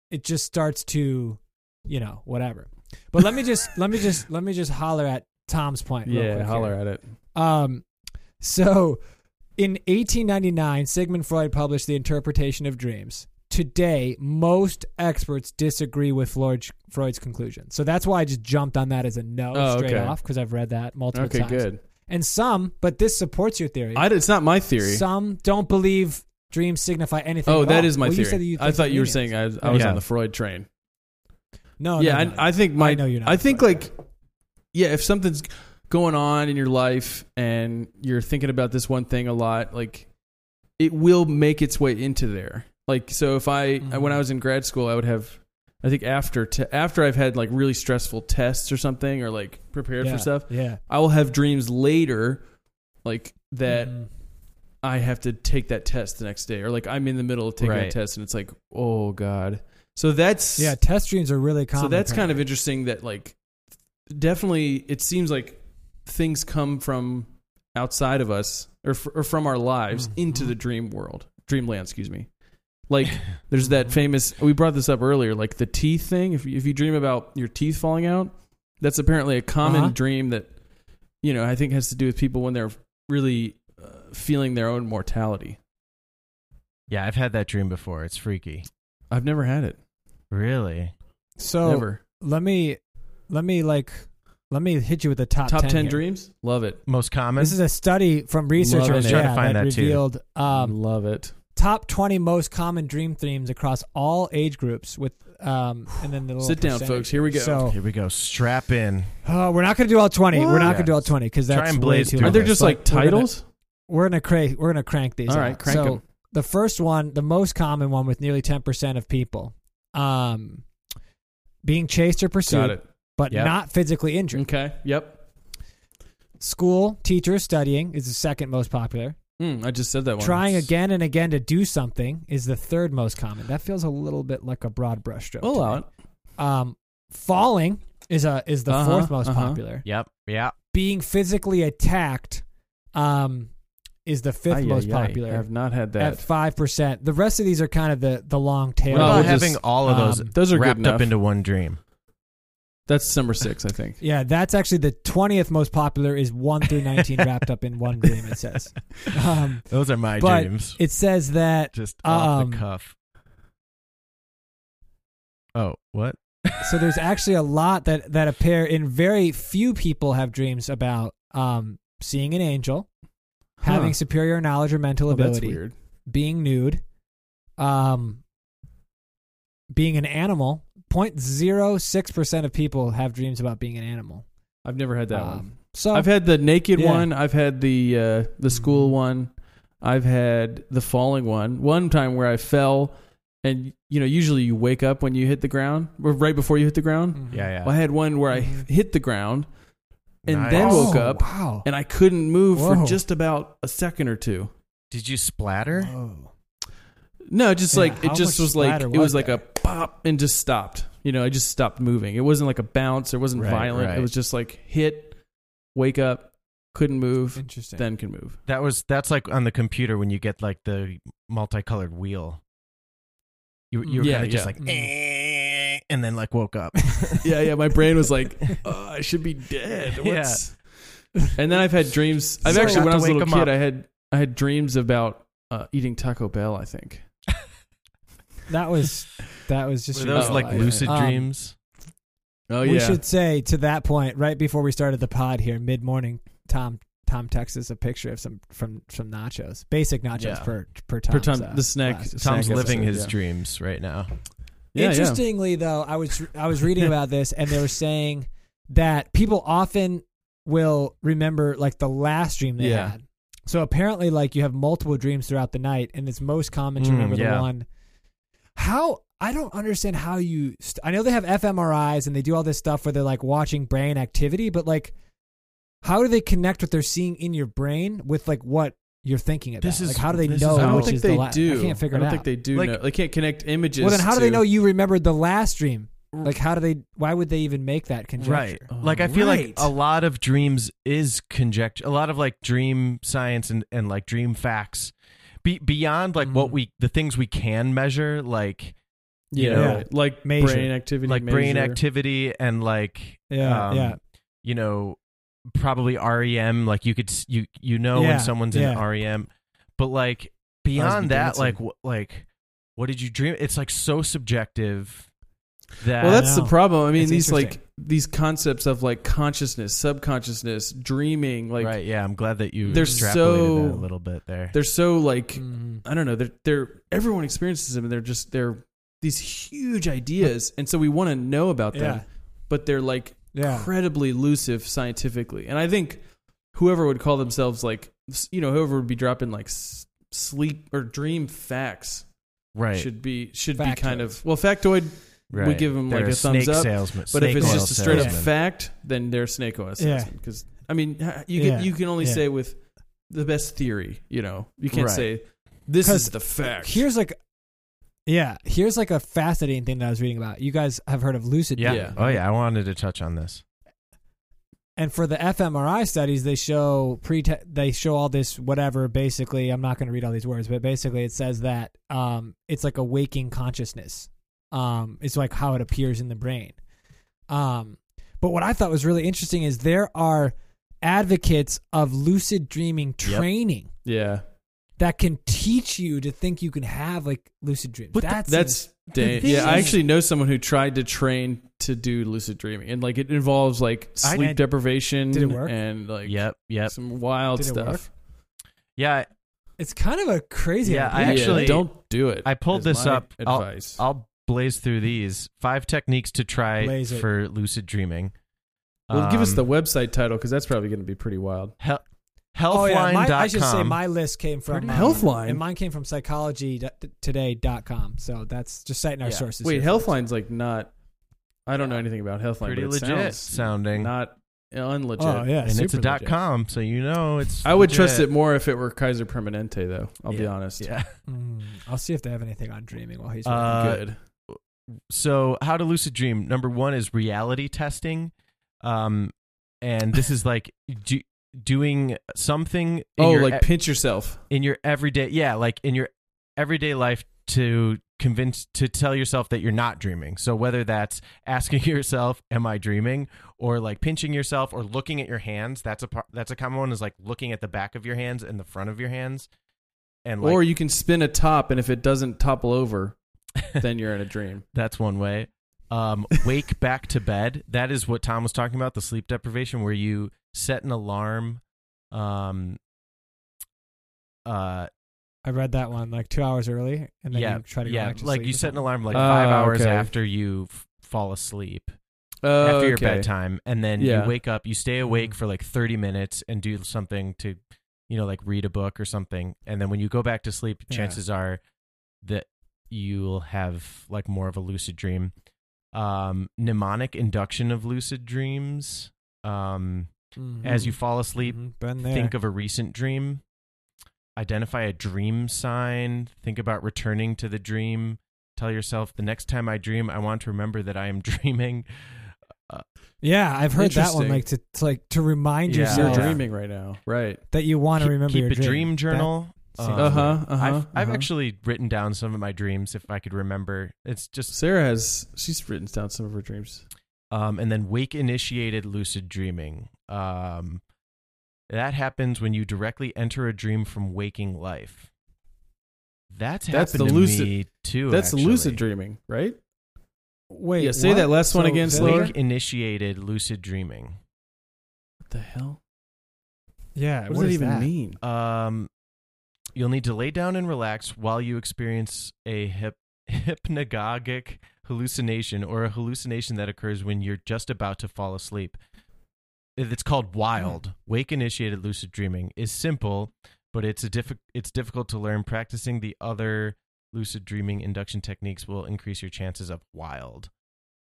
[SPEAKER 3] it just starts to, you know, whatever. But let me just let me just let me just holler at Tom's point. Real
[SPEAKER 1] Yeah,
[SPEAKER 3] quick
[SPEAKER 1] holler
[SPEAKER 3] here.
[SPEAKER 1] at it.
[SPEAKER 3] Um, so in 1899, Sigmund Freud published the Interpretation of Dreams. Today, most experts disagree with Freud's, Freud's conclusion. So that's why I just jumped on that as a no
[SPEAKER 1] Oh,
[SPEAKER 3] straight
[SPEAKER 1] okay.
[SPEAKER 3] off because I've read that multiple
[SPEAKER 1] Okay,
[SPEAKER 3] times
[SPEAKER 1] good.
[SPEAKER 3] and some, but this supports your theory.
[SPEAKER 1] I, it's not my theory.
[SPEAKER 3] Some don't believe dreams signify anything.
[SPEAKER 1] Oh,
[SPEAKER 3] at
[SPEAKER 1] that
[SPEAKER 3] all.
[SPEAKER 1] is my
[SPEAKER 3] Well, You
[SPEAKER 1] theory.
[SPEAKER 3] said that you
[SPEAKER 1] I
[SPEAKER 3] think
[SPEAKER 1] thought you were
[SPEAKER 3] aliens. Oh,
[SPEAKER 1] saying I, I was
[SPEAKER 2] Yeah.
[SPEAKER 1] on the Freud train.
[SPEAKER 3] no.
[SPEAKER 1] yeah,
[SPEAKER 3] no, no.
[SPEAKER 1] I, I think my.
[SPEAKER 3] I know you're not
[SPEAKER 1] I
[SPEAKER 3] a
[SPEAKER 1] think
[SPEAKER 3] Freud
[SPEAKER 1] like, yeah, if something's going on in your life and you're thinking about this one thing a lot, like, it will make its way into there. Like, so if I
[SPEAKER 3] Mhm.
[SPEAKER 1] when I was in grad school, I would have. I think after te- after I've had like really stressful tests or something, or like prepared
[SPEAKER 3] yeah,
[SPEAKER 1] for stuff,
[SPEAKER 3] Yeah,
[SPEAKER 1] I will have dreams later, like that
[SPEAKER 3] Mhm.
[SPEAKER 1] I have to take that test the next day, or like I'm in the middle of taking
[SPEAKER 2] Right.
[SPEAKER 1] that test, and it's like, oh god. So that's
[SPEAKER 3] yeah, test dreams are really common.
[SPEAKER 1] so that's kind of
[SPEAKER 3] apparently.
[SPEAKER 1] interesting. That like, definitely, it seems like things come from outside of us, or f- or from our lives
[SPEAKER 3] Mhm.
[SPEAKER 1] into the dream world, dreamland. Excuse me. Like, there's that famous. We brought this up earlier, like the teeth thing. If you, if you dream about your teeth falling out, that's apparently a common
[SPEAKER 3] Uh-huh.
[SPEAKER 1] dream that you know I think has to do with people when they're really uh, feeling their own mortality.
[SPEAKER 2] yeah i've had that dream before it's freaky
[SPEAKER 1] I've never had it.
[SPEAKER 2] really
[SPEAKER 3] So
[SPEAKER 1] never.
[SPEAKER 3] let me let me like let me hit you with the top
[SPEAKER 1] Top ten,
[SPEAKER 3] here.
[SPEAKER 1] dreams. Love it.
[SPEAKER 2] most common
[SPEAKER 3] This is a study from researchers
[SPEAKER 1] it. Trying
[SPEAKER 2] to
[SPEAKER 3] yeah,
[SPEAKER 2] find
[SPEAKER 3] that
[SPEAKER 2] that too.
[SPEAKER 3] revealed um,
[SPEAKER 1] Love it.
[SPEAKER 3] top 20 most common dream themes across all age groups with um, and then the little
[SPEAKER 1] Sit down,
[SPEAKER 3] percentage.
[SPEAKER 1] folks. Here we go.
[SPEAKER 3] So-
[SPEAKER 2] Here we go. Strap in.
[SPEAKER 3] Uh, we're not going to do all 20. We're not
[SPEAKER 2] What?
[SPEAKER 3] going to do all 20 because
[SPEAKER 2] Try
[SPEAKER 3] that's
[SPEAKER 2] and
[SPEAKER 3] way
[SPEAKER 2] blaze
[SPEAKER 3] too
[SPEAKER 1] Are
[SPEAKER 2] through
[SPEAKER 3] long.
[SPEAKER 1] there
[SPEAKER 2] this.
[SPEAKER 1] just like
[SPEAKER 3] We're gonna-
[SPEAKER 1] titles?
[SPEAKER 3] We're going to crank we're going to crank these.
[SPEAKER 1] All right,
[SPEAKER 3] out.
[SPEAKER 1] crank
[SPEAKER 3] so
[SPEAKER 1] 'em.
[SPEAKER 3] the first one, the most common one with nearly 10% of people. Um being chased or
[SPEAKER 1] Got
[SPEAKER 3] pursued
[SPEAKER 1] it.
[SPEAKER 3] but
[SPEAKER 2] Yep.
[SPEAKER 3] not physically injured.
[SPEAKER 1] Okay. Yep.
[SPEAKER 3] School, teachers studying is the second most popular.
[SPEAKER 1] Mm, I just said that one.
[SPEAKER 3] Trying again and again to do something is the third most common. That feels a little bit like a broad brushstroke.
[SPEAKER 1] We'll
[SPEAKER 3] to
[SPEAKER 1] allow
[SPEAKER 3] me.
[SPEAKER 1] it.
[SPEAKER 3] Um falling is a is the
[SPEAKER 1] Uh-huh,
[SPEAKER 3] fourth most
[SPEAKER 1] uh-huh.
[SPEAKER 3] popular.
[SPEAKER 2] Yep. Yeah.
[SPEAKER 3] being physically attacked um, is the fifth
[SPEAKER 1] Ay,
[SPEAKER 3] most
[SPEAKER 1] ay, ay.
[SPEAKER 3] popular
[SPEAKER 1] I have not had
[SPEAKER 3] at
[SPEAKER 1] that.
[SPEAKER 3] five percent. The rest of these are kind of the the long tail.
[SPEAKER 2] What
[SPEAKER 1] Well,
[SPEAKER 2] about
[SPEAKER 1] we'll
[SPEAKER 2] having
[SPEAKER 1] just-
[SPEAKER 2] all of those
[SPEAKER 3] um,
[SPEAKER 1] Those are good
[SPEAKER 2] wrapped
[SPEAKER 1] enough.
[SPEAKER 2] up into one dream?
[SPEAKER 1] That's number six, I think.
[SPEAKER 3] yeah, that's actually the twentieth most popular is one through nineteen wrapped up in one dream. It says. Um,
[SPEAKER 2] Those are my
[SPEAKER 3] but
[SPEAKER 2] dreams.
[SPEAKER 3] it says that
[SPEAKER 2] Just off
[SPEAKER 3] um,
[SPEAKER 2] the cuff. Oh, what?
[SPEAKER 3] so there's actually a lot that that appear in very few people have dreams about um, seeing an angel,
[SPEAKER 1] Huh.
[SPEAKER 3] having superior knowledge or mental
[SPEAKER 1] Oh, that's
[SPEAKER 3] ability,
[SPEAKER 1] weird.
[SPEAKER 3] being nude, um, being an animal. 0.06% of people have dreams about being an animal.
[SPEAKER 1] I've never had that
[SPEAKER 3] Um,
[SPEAKER 1] one.
[SPEAKER 3] So
[SPEAKER 1] I've had the naked
[SPEAKER 3] yeah.
[SPEAKER 1] one. I've had the uh, the school
[SPEAKER 3] Mhm.
[SPEAKER 1] one. I've had the falling one. One time where I fell, and you know, usually you wake up when you hit the ground, or right before you hit the ground.
[SPEAKER 3] Mhm.
[SPEAKER 2] Yeah, yeah.
[SPEAKER 1] Well, I had one where I
[SPEAKER 3] Mhm.
[SPEAKER 1] hit the ground, and
[SPEAKER 2] Nice.
[SPEAKER 1] then woke
[SPEAKER 3] Oh,
[SPEAKER 1] up,
[SPEAKER 3] Wow.
[SPEAKER 1] and I couldn't move for
[SPEAKER 3] Whoa.
[SPEAKER 1] just about a second or two.
[SPEAKER 2] Did you splatter?
[SPEAKER 3] Whoa.
[SPEAKER 1] No, just
[SPEAKER 3] Yeah,
[SPEAKER 1] like it
[SPEAKER 3] how
[SPEAKER 1] just
[SPEAKER 3] much
[SPEAKER 1] was like
[SPEAKER 3] splatter
[SPEAKER 1] it was
[SPEAKER 3] was
[SPEAKER 1] like a pop and just stopped. You know, I just stopped moving. It wasn't like a bounce. It wasn't
[SPEAKER 2] Right,
[SPEAKER 1] violent.
[SPEAKER 2] right.
[SPEAKER 1] It was just like hit, wake up, couldn't move,
[SPEAKER 3] Interesting.
[SPEAKER 1] then can move.
[SPEAKER 2] That was that's like on the computer when you get like the multicolored wheel. You, you were
[SPEAKER 1] Yeah,
[SPEAKER 2] kind of just
[SPEAKER 1] yeah.
[SPEAKER 2] like, "Eh," and then like woke up.
[SPEAKER 1] yeah, yeah. My brain was like, oh, I should be dead. What's... And then I've had dreams. I've
[SPEAKER 2] So-
[SPEAKER 1] actually, when I
[SPEAKER 2] Got
[SPEAKER 1] was
[SPEAKER 2] to
[SPEAKER 1] a little
[SPEAKER 2] wake 'em
[SPEAKER 1] kid,
[SPEAKER 2] up.
[SPEAKER 1] I had I had dreams about uh, eating Taco Bell. I think.
[SPEAKER 3] That was that was just
[SPEAKER 2] Were
[SPEAKER 3] your
[SPEAKER 2] those
[SPEAKER 3] real
[SPEAKER 2] like
[SPEAKER 3] life.
[SPEAKER 2] lucid
[SPEAKER 3] Um,
[SPEAKER 2] dreams?
[SPEAKER 1] Oh
[SPEAKER 3] we
[SPEAKER 1] yeah.
[SPEAKER 3] should say to that point right before we started the pod here mid morning. Tom Tom texts us a picture of some from some nachos, basic nachos
[SPEAKER 2] Yeah.
[SPEAKER 3] per per Tom's,
[SPEAKER 1] Per time,
[SPEAKER 3] uh,
[SPEAKER 1] the snack.
[SPEAKER 3] last-
[SPEAKER 2] Tom's
[SPEAKER 1] snack
[SPEAKER 2] living
[SPEAKER 1] episode,
[SPEAKER 2] his
[SPEAKER 1] yeah.
[SPEAKER 2] dreams right now.
[SPEAKER 1] Yeah, yeah.
[SPEAKER 3] Interestingly, though, I was I was reading about this, and they were saying that people often will remember like the last dream they
[SPEAKER 1] Yeah.
[SPEAKER 3] had. So apparently, like you have multiple dreams throughout the night, and it's most common to
[SPEAKER 2] Mm,
[SPEAKER 3] remember
[SPEAKER 2] yeah.
[SPEAKER 3] the one. How I don't understand how you. St- I know they have fMRIs and they do all this stuff where they're like watching brain activity, but like, how do they connect what they're seeing in your brain with like what you're thinking about?
[SPEAKER 2] This is-
[SPEAKER 3] like, how do they
[SPEAKER 2] this is-
[SPEAKER 3] know?
[SPEAKER 2] I
[SPEAKER 1] I don't
[SPEAKER 3] Oh, which
[SPEAKER 1] think
[SPEAKER 3] is
[SPEAKER 1] they
[SPEAKER 3] the la-
[SPEAKER 1] do.
[SPEAKER 3] I can't figure
[SPEAKER 1] I don't
[SPEAKER 3] it out.
[SPEAKER 1] think they do.
[SPEAKER 2] Like-
[SPEAKER 1] know. They can't connect images.
[SPEAKER 3] well, then how do they
[SPEAKER 1] to-
[SPEAKER 3] know you remembered the last dream? Like, how do they? Why would they even make that conjecture?
[SPEAKER 1] Oh,
[SPEAKER 2] like i feel
[SPEAKER 1] right.
[SPEAKER 2] like a lot of dreams is conjecture a lot of like dream science and, and like dream facts be, beyond like what
[SPEAKER 3] Mm.
[SPEAKER 2] we the things we can measure like
[SPEAKER 1] You
[SPEAKER 2] Yeah.
[SPEAKER 1] know, like
[SPEAKER 3] Measure.
[SPEAKER 1] brain activity,
[SPEAKER 2] like brain
[SPEAKER 1] measure.
[SPEAKER 2] activity and like
[SPEAKER 3] Yeah,
[SPEAKER 2] um,
[SPEAKER 3] yeah.
[SPEAKER 2] you know probably rem like you could s- you you know
[SPEAKER 3] Yeah,
[SPEAKER 2] when someone's in
[SPEAKER 3] yeah.
[SPEAKER 2] rem but like beyond that
[SPEAKER 1] dancing.
[SPEAKER 2] like what like what did you dream it's like so subjective that
[SPEAKER 1] Well, that's
[SPEAKER 3] I
[SPEAKER 1] the
[SPEAKER 3] know.
[SPEAKER 1] problem. I mean,
[SPEAKER 3] It's
[SPEAKER 1] these like
[SPEAKER 3] interesting.
[SPEAKER 1] these concepts of like consciousness, subconsciousness, dreaming, like
[SPEAKER 2] right yeah i'm glad that you
[SPEAKER 1] They're
[SPEAKER 2] extrapolated
[SPEAKER 1] so-
[SPEAKER 2] that a little bit there
[SPEAKER 1] they're so like
[SPEAKER 3] Mhm.
[SPEAKER 1] I don't know. They're they're everyone experiences them, and they're just they're these huge ideas, and so we want to know about them,
[SPEAKER 3] Yeah,
[SPEAKER 1] but they're like
[SPEAKER 3] yeah.
[SPEAKER 1] incredibly elusive scientifically. And I think whoever would call themselves like s- you know whoever would be dropping like s- sleep or dream facts
[SPEAKER 2] right
[SPEAKER 1] should be should be kind
[SPEAKER 3] Factoids.
[SPEAKER 1] of well factoid. We give them like
[SPEAKER 2] They're
[SPEAKER 1] a thumbs
[SPEAKER 2] snake
[SPEAKER 1] up.
[SPEAKER 2] Salesman,
[SPEAKER 1] But if
[SPEAKER 2] snake
[SPEAKER 1] it's
[SPEAKER 2] oil
[SPEAKER 1] just a straight up
[SPEAKER 2] salesman.
[SPEAKER 1] fact, then they're snake oil
[SPEAKER 3] Yeah.
[SPEAKER 1] salesman. Because I mean, h- you can
[SPEAKER 3] Yeah.
[SPEAKER 1] you can only
[SPEAKER 3] Yeah.
[SPEAKER 1] say with the best theory. You know, you can't
[SPEAKER 2] Right.
[SPEAKER 1] say this is
[SPEAKER 3] 'Cause
[SPEAKER 1] the fact.
[SPEAKER 3] Here's like, yeah. Here's like a fascinating thing that I was reading about. You guys have heard of lucid
[SPEAKER 2] yeah.
[SPEAKER 1] Yeah.
[SPEAKER 2] Oh yeah, I wanted to touch on this.
[SPEAKER 3] And for the fMRI studies, they show pre they show all this whatever. Basically, I'm not going to read all these words, but basically, it says that um, it's like a waking consciousness. Um, it's like how it appears in the brain. Um, but what I thought was really interesting is there are advocates of lucid dreaming
[SPEAKER 2] Yep.
[SPEAKER 3] training
[SPEAKER 1] yeah,
[SPEAKER 3] that can teach you to think you can have like lucid dreams.
[SPEAKER 1] but
[SPEAKER 3] that's
[SPEAKER 1] that's that's da-
[SPEAKER 3] thing
[SPEAKER 1] yeah. I
[SPEAKER 3] is-
[SPEAKER 1] actually know someone who tried to train to do lucid dreaming, and like it involves like
[SPEAKER 2] I-
[SPEAKER 1] sleep
[SPEAKER 3] And-
[SPEAKER 1] deprivation
[SPEAKER 3] Did it work?
[SPEAKER 1] and like
[SPEAKER 2] Yep, yep.
[SPEAKER 1] some wild
[SPEAKER 3] Did it
[SPEAKER 1] stuff.
[SPEAKER 3] work?
[SPEAKER 2] Yeah,
[SPEAKER 3] it's kind of a crazy.
[SPEAKER 2] Yeah, I
[SPEAKER 1] Yeah,
[SPEAKER 3] idea.
[SPEAKER 2] actually-
[SPEAKER 1] don't do it.
[SPEAKER 2] I pulled
[SPEAKER 1] is
[SPEAKER 2] this
[SPEAKER 1] my
[SPEAKER 2] up. I'll-
[SPEAKER 1] Advice.
[SPEAKER 2] I'll blaze through these five techniques to try
[SPEAKER 3] Blaze it.
[SPEAKER 2] for lucid dreaming.
[SPEAKER 1] well, give us
[SPEAKER 2] Um,
[SPEAKER 1] the website title because that's probably going to be pretty wild.
[SPEAKER 2] hel-
[SPEAKER 3] Oh, yeah.
[SPEAKER 2] healthline.com.
[SPEAKER 3] my- I should say my list came from uh,
[SPEAKER 1] Pretty- Healthline?
[SPEAKER 3] and mine came from psychologytoday.com. So that's just citing our
[SPEAKER 2] Yeah.
[SPEAKER 3] sources.
[SPEAKER 1] Wait,
[SPEAKER 3] here.
[SPEAKER 1] Healthline's like not. I don't know anything about Healthline.
[SPEAKER 2] pretty
[SPEAKER 1] but it
[SPEAKER 2] legit
[SPEAKER 1] sounds
[SPEAKER 2] sounding,
[SPEAKER 1] Not unlegit.
[SPEAKER 3] Oh yeah,
[SPEAKER 2] and it's a
[SPEAKER 1] super
[SPEAKER 2] dot
[SPEAKER 1] legit.
[SPEAKER 2] com, so you know it's.
[SPEAKER 1] I would
[SPEAKER 2] legit.
[SPEAKER 1] trust it more if it were Kaiser Permanente, though. I'll be
[SPEAKER 2] Yeah.
[SPEAKER 1] honest.
[SPEAKER 2] Yeah.
[SPEAKER 3] Mm, I'll see if they have anything on dreaming while he's.
[SPEAKER 2] Uh,
[SPEAKER 1] Good.
[SPEAKER 2] so how to lucid dream number one is reality testing um and this is like do, doing something in
[SPEAKER 1] Oh,
[SPEAKER 2] your
[SPEAKER 1] like
[SPEAKER 2] e-
[SPEAKER 1] pinch yourself.
[SPEAKER 2] in your everyday yeah like in your everyday life to convince to tell yourself that you're not dreaming so whether that's asking yourself am i dreaming or like pinching yourself or looking at your hands that's a par- that's a common one is like looking at the back of your hands and the front of your hands and like
[SPEAKER 1] or you can spin a top, and if it doesn't topple over, then you're in a dream.
[SPEAKER 2] That's one way. Um, wake back to bed. That is what Tom was talking about the sleep deprivation, where you set an alarm. Um, uh,
[SPEAKER 3] I read that one like two hours early, and then
[SPEAKER 2] yeah,
[SPEAKER 3] you try to go
[SPEAKER 2] yeah,
[SPEAKER 3] back to
[SPEAKER 2] like
[SPEAKER 3] sleep
[SPEAKER 2] you
[SPEAKER 3] or
[SPEAKER 2] set an
[SPEAKER 3] something.
[SPEAKER 2] alarm like five
[SPEAKER 1] Oh,
[SPEAKER 2] hours
[SPEAKER 1] okay.
[SPEAKER 2] after you f- fall asleep
[SPEAKER 1] Oh,
[SPEAKER 2] after your
[SPEAKER 1] okay.
[SPEAKER 2] bedtime, and then
[SPEAKER 1] Yeah. Mm.
[SPEAKER 2] you wake up. You stay awake for like thirty minutes and do something to, you know, like read a book or something, and then when you go back to sleep,
[SPEAKER 3] Yeah.
[SPEAKER 2] chances are that you'll have like more of a lucid dream. um, mnemonic induction of lucid dreams. Um,
[SPEAKER 3] Mhm.
[SPEAKER 2] As you
[SPEAKER 1] Mm.
[SPEAKER 2] fall asleep,
[SPEAKER 3] Mhm. Been
[SPEAKER 1] Mm-hmm.
[SPEAKER 3] there.
[SPEAKER 2] think of a recent dream. Identify a dream sign. Think about returning to the dream. Tell yourself, the next time I dream, I want to remember that I am dreaming.
[SPEAKER 3] yeah, I've heard that one.
[SPEAKER 1] Interesting.
[SPEAKER 3] Like to, to like to remind
[SPEAKER 2] Yeah.
[SPEAKER 1] You're
[SPEAKER 3] yourself
[SPEAKER 1] dreaming right now, right?
[SPEAKER 3] that you want to
[SPEAKER 2] keep
[SPEAKER 3] remember
[SPEAKER 2] keep
[SPEAKER 3] your
[SPEAKER 2] a dream
[SPEAKER 3] That- uh-huh,
[SPEAKER 2] journal.
[SPEAKER 3] Same
[SPEAKER 2] Um,
[SPEAKER 1] Uh huh.
[SPEAKER 3] story.
[SPEAKER 1] Uh huh.
[SPEAKER 2] I've, I've actually written down some of my dreams if I could remember. It's just
[SPEAKER 1] Sarah has. She's written down some of her dreams.
[SPEAKER 2] um, and then wake initiated lucid dreaming. Um, that happens when you directly enter a dream from waking life. That's happened
[SPEAKER 1] That's the
[SPEAKER 2] to
[SPEAKER 1] lucid-
[SPEAKER 2] me too.
[SPEAKER 1] That's
[SPEAKER 2] actually. Uh,
[SPEAKER 1] lucid dreaming, right?
[SPEAKER 3] Wait,
[SPEAKER 1] Yeah, say that
[SPEAKER 3] what?
[SPEAKER 1] last one again
[SPEAKER 3] say-
[SPEAKER 1] slower.
[SPEAKER 2] Wake initiated lucid dreaming.
[SPEAKER 1] What the hell?
[SPEAKER 3] Yeah,
[SPEAKER 1] What, does that
[SPEAKER 3] is
[SPEAKER 1] even mean?
[SPEAKER 2] Um, you'll need to lay down and relax while you experience a hip, hypnagogic hallucination or a hallucination that occurs when you're just about to fall asleep. It's called wild. Wake initiated lucid dreaming is simple, but it's a diffi- it's difficult to learn. Practicing the other lucid dreaming induction techniques will increase your chances of wild.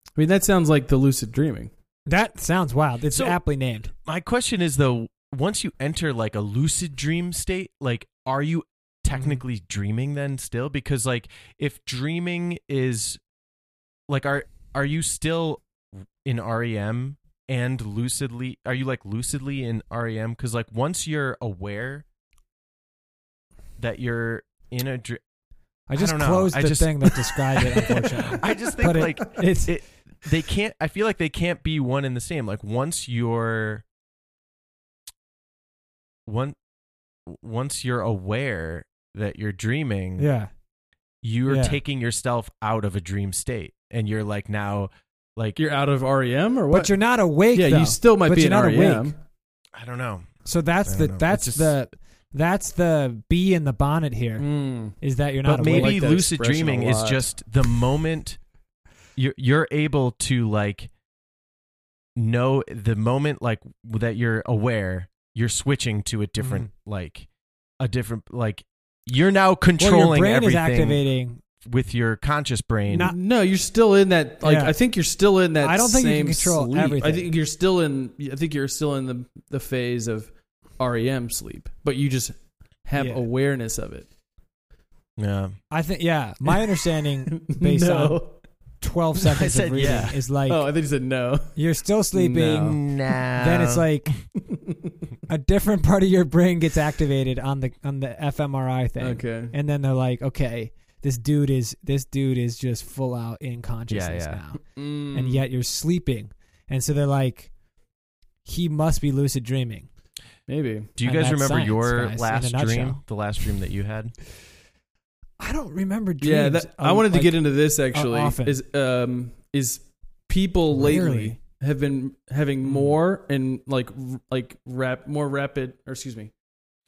[SPEAKER 1] I mean, that sounds like the lucid dreaming.
[SPEAKER 3] That sounds wild. It's
[SPEAKER 2] So-
[SPEAKER 3] aptly named.
[SPEAKER 2] My question is though, once you enter like a lucid dream state, like are you technically dreaming then still? Because like if dreaming is like are are you still in REM and lucidly are you like lucidly in REM cuz like once you're aware that you're in a dream
[SPEAKER 3] I just
[SPEAKER 2] don't know.
[SPEAKER 3] closed
[SPEAKER 2] I
[SPEAKER 3] the
[SPEAKER 2] just-
[SPEAKER 3] thing that described it. Unfortunately,
[SPEAKER 2] I just think
[SPEAKER 3] But it-
[SPEAKER 2] like
[SPEAKER 3] it's
[SPEAKER 2] it they can't i feel like they can't be one and the same like once you're one once you're aware that you're dreaming
[SPEAKER 3] yeah.
[SPEAKER 2] you're
[SPEAKER 3] yeah.
[SPEAKER 2] taking yourself out of a dream state and you're like now like
[SPEAKER 1] You're out of REM or what?
[SPEAKER 3] But you're not awake.
[SPEAKER 1] yeah,
[SPEAKER 3] though.
[SPEAKER 1] you still might
[SPEAKER 3] But
[SPEAKER 1] be E
[SPEAKER 3] you're
[SPEAKER 1] in
[SPEAKER 3] not
[SPEAKER 1] REM.
[SPEAKER 3] awake.
[SPEAKER 2] i don't know
[SPEAKER 3] So that's
[SPEAKER 2] I
[SPEAKER 3] the
[SPEAKER 2] don't know.
[SPEAKER 3] that's
[SPEAKER 2] It's just-
[SPEAKER 3] the that's the bee in the bonnet here is
[SPEAKER 1] Mm.
[SPEAKER 3] that you're not
[SPEAKER 2] but
[SPEAKER 3] awake.
[SPEAKER 2] maybe
[SPEAKER 1] I like that
[SPEAKER 2] lucid
[SPEAKER 1] expression a
[SPEAKER 2] dreaming is
[SPEAKER 1] lot.
[SPEAKER 2] just the moment you're you're able to like know the moment like that you're aware you're switching to a different like a different like you're now
[SPEAKER 3] Mm-hmm. well,
[SPEAKER 2] controlling
[SPEAKER 3] your brain is
[SPEAKER 2] everything
[SPEAKER 3] activating.
[SPEAKER 2] with your conscious brain
[SPEAKER 3] Not-
[SPEAKER 1] no, you're still in that. Like,
[SPEAKER 3] Yeah.
[SPEAKER 1] I think you're still in that.
[SPEAKER 3] I don't think you
[SPEAKER 1] same
[SPEAKER 3] can control
[SPEAKER 1] sleep. I
[SPEAKER 3] everything.
[SPEAKER 1] think you're still in. I think you're still in the the phase of REM sleep, but you just have
[SPEAKER 3] Yeah.
[SPEAKER 1] awareness of it.
[SPEAKER 2] yeah
[SPEAKER 3] I think yeah. My understanding based on
[SPEAKER 1] no.
[SPEAKER 3] twelve seconds
[SPEAKER 2] I said
[SPEAKER 3] of reading
[SPEAKER 2] yeah.
[SPEAKER 3] is like
[SPEAKER 1] oh, I think you said no.
[SPEAKER 3] you're still sleeping.
[SPEAKER 1] No.
[SPEAKER 3] Oh. Then it's like a different part of your brain gets activated on the on the fMRI thing.
[SPEAKER 1] Okay.
[SPEAKER 3] And then they're like, okay, this dude is this dude is just full out in consciousness
[SPEAKER 2] yeah.
[SPEAKER 3] now.
[SPEAKER 1] Mm.
[SPEAKER 2] Hmm.
[SPEAKER 3] And yet you're sleeping. And so they're like, he must be lucid dreaming.
[SPEAKER 1] maybe
[SPEAKER 2] do you
[SPEAKER 3] and
[SPEAKER 2] guys
[SPEAKER 3] that's
[SPEAKER 2] remember
[SPEAKER 3] science,
[SPEAKER 2] your
[SPEAKER 3] guys, in a
[SPEAKER 2] last dream
[SPEAKER 3] nutshell.
[SPEAKER 2] the last dream that you had
[SPEAKER 3] I don't remember dreams.
[SPEAKER 1] yeah. That, I wanted to get into this actually.
[SPEAKER 3] often.
[SPEAKER 1] Is um is people lately
[SPEAKER 3] Rarely. Hmm.
[SPEAKER 1] have been having more and like r- like rap more rapid or excuse me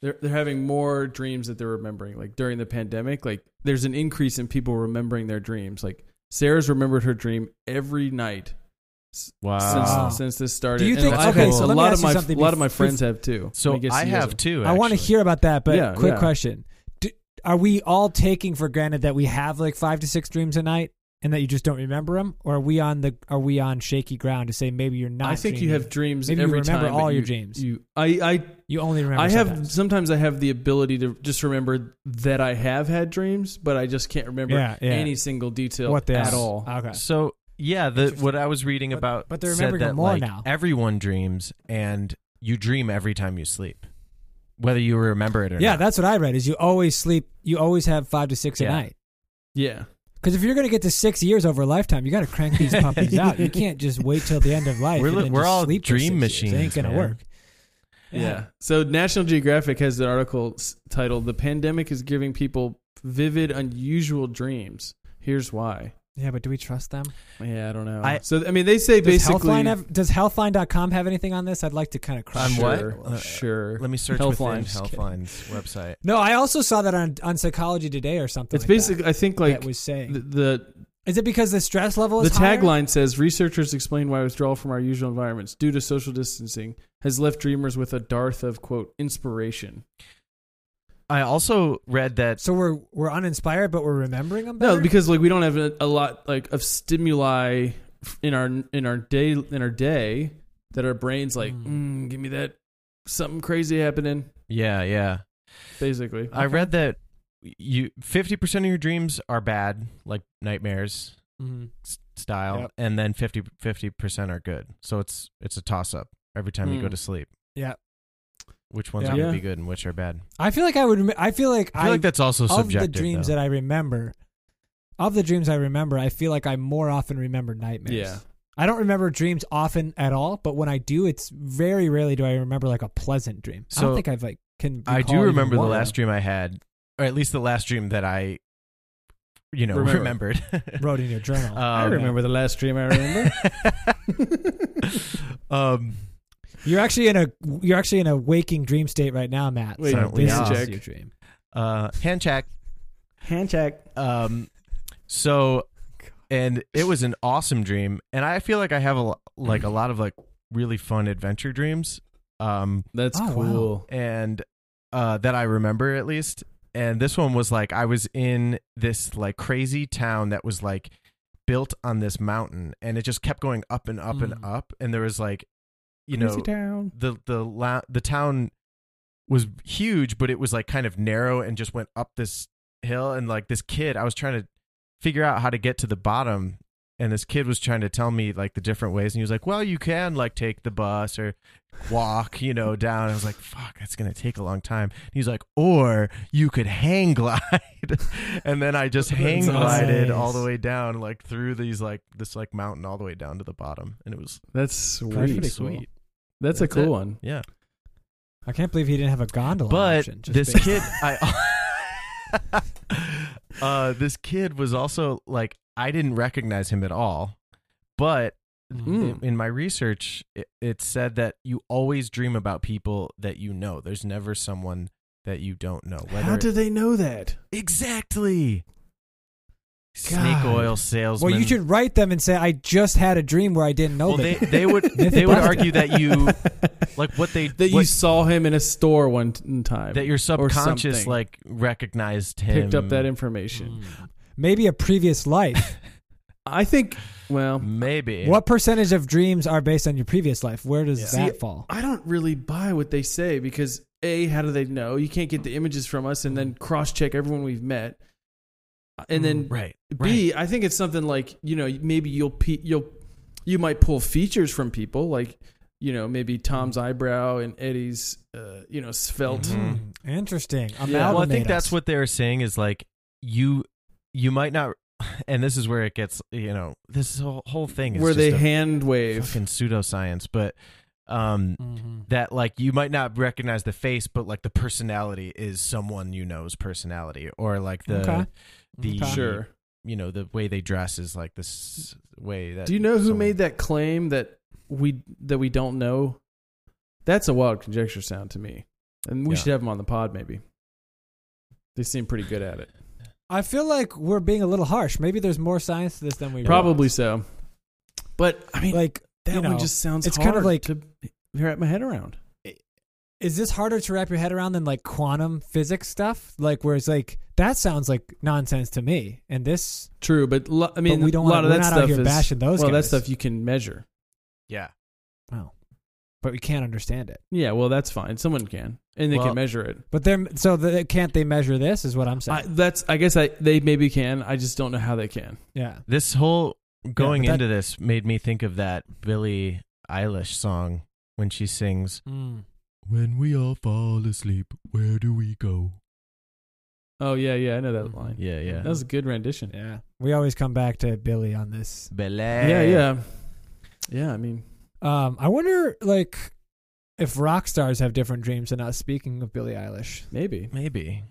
[SPEAKER 1] they're they're having more dreams that they're remembering like during the pandemic like there's an increase in people remembering their dreams like sarah's remembered her dream every night
[SPEAKER 3] Wow.
[SPEAKER 1] since since this started
[SPEAKER 3] Do you
[SPEAKER 1] And
[SPEAKER 3] think-
[SPEAKER 1] a lot-
[SPEAKER 2] okay,
[SPEAKER 1] a
[SPEAKER 2] so
[SPEAKER 3] let me
[SPEAKER 1] lot
[SPEAKER 3] ask
[SPEAKER 1] of
[SPEAKER 3] you
[SPEAKER 1] my
[SPEAKER 3] something
[SPEAKER 1] a lot of
[SPEAKER 3] bef-
[SPEAKER 1] my friends have too
[SPEAKER 2] so
[SPEAKER 1] guess
[SPEAKER 2] i
[SPEAKER 1] you
[SPEAKER 2] have
[SPEAKER 1] guys-
[SPEAKER 2] too
[SPEAKER 3] I want to
[SPEAKER 2] actually.
[SPEAKER 3] hear about that, but
[SPEAKER 1] Yeah,
[SPEAKER 3] quick
[SPEAKER 1] yeah.
[SPEAKER 3] question. Do, are we all taking for granted that we have like five to six dreams a night and that you just don't remember them? Or are we on the are we on shaky ground to say maybe you're not
[SPEAKER 1] i think
[SPEAKER 3] dreaming?
[SPEAKER 1] you have dreams
[SPEAKER 3] Maybe you
[SPEAKER 1] every
[SPEAKER 3] remember
[SPEAKER 1] time,
[SPEAKER 3] all
[SPEAKER 1] but
[SPEAKER 3] your
[SPEAKER 1] you-
[SPEAKER 3] dreams.
[SPEAKER 1] you i
[SPEAKER 3] You only
[SPEAKER 1] i
[SPEAKER 3] remember
[SPEAKER 1] i have
[SPEAKER 3] sometimes.
[SPEAKER 1] sometimes i have the ability to just remember that i have had dreams but i just can't remember
[SPEAKER 3] Yeah, yeah.
[SPEAKER 1] any single detail
[SPEAKER 3] what they
[SPEAKER 1] at
[SPEAKER 3] are. Uh,
[SPEAKER 1] all
[SPEAKER 3] Okay.
[SPEAKER 2] So yeah, the
[SPEAKER 3] Interesting.
[SPEAKER 2] what I was reading
[SPEAKER 3] But-
[SPEAKER 2] about,
[SPEAKER 3] but they're
[SPEAKER 2] said
[SPEAKER 3] remembering
[SPEAKER 2] that
[SPEAKER 3] it more
[SPEAKER 2] like,
[SPEAKER 3] now.
[SPEAKER 2] Everyone dreams, and you dream every time you sleep, whether you remember it or
[SPEAKER 3] Yeah,
[SPEAKER 2] not.
[SPEAKER 3] that's what I read. Is you always sleep, you always have five to six
[SPEAKER 2] Yeah.
[SPEAKER 3] a night.
[SPEAKER 1] yeah
[SPEAKER 3] Because if you're going to get to six years over a lifetime, you got to crank these puppies out. You can't just wait till the end of life.
[SPEAKER 2] We're
[SPEAKER 3] and
[SPEAKER 2] li-
[SPEAKER 3] then
[SPEAKER 2] we're
[SPEAKER 3] just
[SPEAKER 2] all
[SPEAKER 3] sleep for
[SPEAKER 2] dream
[SPEAKER 3] six years. It
[SPEAKER 2] machines,
[SPEAKER 3] ain't gonna
[SPEAKER 2] man.
[SPEAKER 3] work.
[SPEAKER 1] Yeah. So National Geographic has an article s- titled "The Pandemic is Giving People Vivid, Unusual Dreams." Here's why.
[SPEAKER 3] yeah, but do we trust them?
[SPEAKER 1] Yeah, I don't know.
[SPEAKER 2] I-
[SPEAKER 1] so I mean, they say
[SPEAKER 3] Does
[SPEAKER 1] basically
[SPEAKER 3] Healthline have, does Healthline.com have anything on this? I'd like to kind of
[SPEAKER 2] On
[SPEAKER 3] crush.
[SPEAKER 2] what?
[SPEAKER 1] Sure,
[SPEAKER 2] Uh,
[SPEAKER 1] sure.
[SPEAKER 2] Let me search
[SPEAKER 1] Healthline,
[SPEAKER 2] within
[SPEAKER 1] just kidding.
[SPEAKER 2] Healthline's website.
[SPEAKER 3] No, I also saw that on, on Psychology Today or something.
[SPEAKER 1] It's
[SPEAKER 3] like
[SPEAKER 1] basically, I think,
[SPEAKER 3] that,
[SPEAKER 1] like
[SPEAKER 3] that was saying.
[SPEAKER 1] the the,
[SPEAKER 3] is it because the stress level
[SPEAKER 1] the
[SPEAKER 3] is higher?
[SPEAKER 1] tagline says, "Researchers explain why withdrawal from our usual environments due to social distancing has left dreamers with a dearth of quote inspiration."
[SPEAKER 2] I also read that.
[SPEAKER 3] So we're we're uninspired, but we're remembering them.
[SPEAKER 1] No,
[SPEAKER 3] Better?
[SPEAKER 1] because like we don't have a, a lot like of stimuli in our in our day in our day that our brains like mm. give me that something crazy happening
[SPEAKER 2] Yeah, yeah.
[SPEAKER 1] basically.
[SPEAKER 2] I read that you fifty percent of your dreams are bad, like nightmares
[SPEAKER 3] Mhm.
[SPEAKER 2] s- style,
[SPEAKER 3] Yep.
[SPEAKER 2] and then 50 percent are good. So it's it's a toss up every time you
[SPEAKER 1] Hmm.
[SPEAKER 2] go to sleep. which ones
[SPEAKER 3] Yeah.
[SPEAKER 2] are going
[SPEAKER 1] Yeah.
[SPEAKER 2] to be good and which are bad.
[SPEAKER 3] I feel like I would. rem- I feel like
[SPEAKER 2] I feel like that's also
[SPEAKER 3] of the
[SPEAKER 2] subjective.
[SPEAKER 3] dreams
[SPEAKER 2] though.
[SPEAKER 3] that I remember. Of the dreams I remember, I feel like I more often remember nightmares.
[SPEAKER 1] Yeah.
[SPEAKER 3] I don't remember dreams often at all, but when I do, it's very rarely do I remember like a pleasant dream. I don't
[SPEAKER 2] So,
[SPEAKER 3] think I've like can.
[SPEAKER 2] I
[SPEAKER 3] recall
[SPEAKER 2] do
[SPEAKER 3] even
[SPEAKER 2] remember the
[SPEAKER 3] one.
[SPEAKER 2] last dream I had, or at least the last dream that I, you know,
[SPEAKER 1] Remember.
[SPEAKER 2] remembered.
[SPEAKER 3] wrote in your journal.
[SPEAKER 1] I
[SPEAKER 2] Um,
[SPEAKER 1] remember the last dream I remember.
[SPEAKER 2] um,
[SPEAKER 3] you're actually in a you're actually in a waking dream state right now, Matt.
[SPEAKER 1] Wait,
[SPEAKER 3] so
[SPEAKER 2] we
[SPEAKER 3] this
[SPEAKER 2] are.
[SPEAKER 3] is your dream.
[SPEAKER 2] uh, hand check.
[SPEAKER 1] Hand check.
[SPEAKER 2] Um, so, and it was an awesome dream, and I feel like I have a lo- like a lot of like really fun adventure dreams. Um,
[SPEAKER 1] That's
[SPEAKER 3] Oh, wow.
[SPEAKER 1] cool.
[SPEAKER 2] and uh, that I remember at least. And this one was like I was in this like crazy town that was like built on this mountain, and it just kept going up and up and
[SPEAKER 3] Mm.
[SPEAKER 2] up. And there was like, you know,
[SPEAKER 1] Crazy town.
[SPEAKER 2] the the la- the town was huge, but it was like kind of narrow and just went up this hill. And like this kid, I was trying to figure out how to get to the bottom, and this kid was trying to tell me like the different ways. And he was like, "Well, you can like take the bus or walk, you know, down." I was like, "Fuck, that's gonna take a long time." And he's like, "Or you could hang glide," and then I just hang glided all the
[SPEAKER 3] Nice.
[SPEAKER 2] way down, like through these like this like mountain all the way down to the bottom, and it was
[SPEAKER 1] That's
[SPEAKER 2] pretty
[SPEAKER 1] sweet.
[SPEAKER 3] Pretty cool.
[SPEAKER 2] sweet.
[SPEAKER 1] That's, a
[SPEAKER 2] That's
[SPEAKER 1] cool
[SPEAKER 2] it.
[SPEAKER 1] one.
[SPEAKER 2] Yeah.
[SPEAKER 3] I can't believe he didn't have a gondola.
[SPEAKER 2] but
[SPEAKER 3] option, just
[SPEAKER 2] this
[SPEAKER 3] based
[SPEAKER 2] kid
[SPEAKER 3] on-
[SPEAKER 2] i uh this kid was also like i didn't recognize him at all but
[SPEAKER 1] Mm.
[SPEAKER 2] in my research it, it said that you always dream about people that you know there's never someone that you don't know whether
[SPEAKER 1] How do they know that?
[SPEAKER 2] exactly snake
[SPEAKER 3] God.
[SPEAKER 2] oil salesman
[SPEAKER 3] Well, you should write them and say, "I just had a dream where I didn't know
[SPEAKER 2] well
[SPEAKER 3] that."
[SPEAKER 2] they, they would they would argue that you like what they
[SPEAKER 1] that you
[SPEAKER 2] what-
[SPEAKER 1] saw him in a store one t- time.
[SPEAKER 2] that your
[SPEAKER 1] or
[SPEAKER 2] subconscious
[SPEAKER 1] something.
[SPEAKER 2] like recognized him Mm.
[SPEAKER 1] picked up that information.
[SPEAKER 3] Maybe a previous life.
[SPEAKER 1] I think. Well,
[SPEAKER 2] maybe
[SPEAKER 3] What percentage of dreams are based on your previous life? Where does
[SPEAKER 1] Yeah.
[SPEAKER 3] that
[SPEAKER 1] See,
[SPEAKER 3] fall?
[SPEAKER 1] I don't really buy what they say because a, how do they know? You can't get the images from us, and then cross-check everyone we've met, and then
[SPEAKER 2] right right.
[SPEAKER 1] B, I think it's something like you know maybe you'll pe- you'll you might pull features from people like you know maybe Tom's eyebrow and Eddie's uh, you know svelte.
[SPEAKER 2] Mhm.
[SPEAKER 3] Hmm, Interesting.
[SPEAKER 1] Yeah.
[SPEAKER 2] well, I think
[SPEAKER 3] Amalgamate
[SPEAKER 2] that's
[SPEAKER 3] us.
[SPEAKER 2] what they're saying is like you you might not, and this is where it gets you know this whole whole thing is
[SPEAKER 1] Where
[SPEAKER 2] just
[SPEAKER 1] they
[SPEAKER 2] a
[SPEAKER 1] hand wave.
[SPEAKER 2] fucking pseudoscience, but um
[SPEAKER 1] Mm-hmm.
[SPEAKER 3] Mhm.
[SPEAKER 2] that like you might not recognize the face, but like the personality is someone you know's personality, or like the
[SPEAKER 3] Okay.
[SPEAKER 2] the
[SPEAKER 3] Okay.
[SPEAKER 1] Sure.
[SPEAKER 2] you know the way they dress is like this way that
[SPEAKER 1] Do you know who
[SPEAKER 2] someone-
[SPEAKER 1] made that claim that we that we don't know? That's a wild conjecture sound to me, and we
[SPEAKER 2] Yeah.
[SPEAKER 1] should have them on the pod maybe. They seem pretty good at it.
[SPEAKER 3] I feel like we're being a little harsh. Maybe there's more science to this than we
[SPEAKER 1] Probably so, but I mean
[SPEAKER 3] realize. like
[SPEAKER 1] that
[SPEAKER 3] you know,
[SPEAKER 1] one just sounds.
[SPEAKER 3] it's
[SPEAKER 1] hard
[SPEAKER 3] kind of like-
[SPEAKER 1] to wrap my head around.
[SPEAKER 3] is this harder to wrap your head around than like quantum physics stuff? Like where it's like that sounds like nonsense to me, and this
[SPEAKER 1] True, but lo- I mean,
[SPEAKER 3] we don't
[SPEAKER 1] a lot
[SPEAKER 3] wanna-
[SPEAKER 1] of
[SPEAKER 3] we're
[SPEAKER 1] that
[SPEAKER 3] not out
[SPEAKER 1] stuff
[SPEAKER 3] here
[SPEAKER 1] is
[SPEAKER 3] bashing those
[SPEAKER 1] Well,
[SPEAKER 3] guys.
[SPEAKER 1] that stuff you can measure.
[SPEAKER 2] yeah
[SPEAKER 3] wow, but we can't understand it.
[SPEAKER 1] Yeah, well, that's fine. Someone can, and they
[SPEAKER 2] Well-
[SPEAKER 1] can measure it.
[SPEAKER 3] But they're so they, can't they measure this? Is what I'm saying.
[SPEAKER 1] I, that's I guess I they maybe can. I just don't know how they can.
[SPEAKER 3] yeah.
[SPEAKER 2] This whole going
[SPEAKER 3] but that-
[SPEAKER 2] into this made me think of that Billie Eilish song when she sings,
[SPEAKER 1] Mm.
[SPEAKER 2] When we all fall asleep, where do we go?
[SPEAKER 1] Oh yeah, yeah, I know that line.
[SPEAKER 2] Yeah, yeah.
[SPEAKER 1] That was a good rendition.
[SPEAKER 3] Yeah. We always come back to Billy on this.
[SPEAKER 2] Billie.
[SPEAKER 1] Yeah, yeah, yeah. I mean,
[SPEAKER 3] Um, I wonder like if rock stars have different dreams than us. Speaking of Billie Eilish,
[SPEAKER 1] maybe
[SPEAKER 2] Maybe.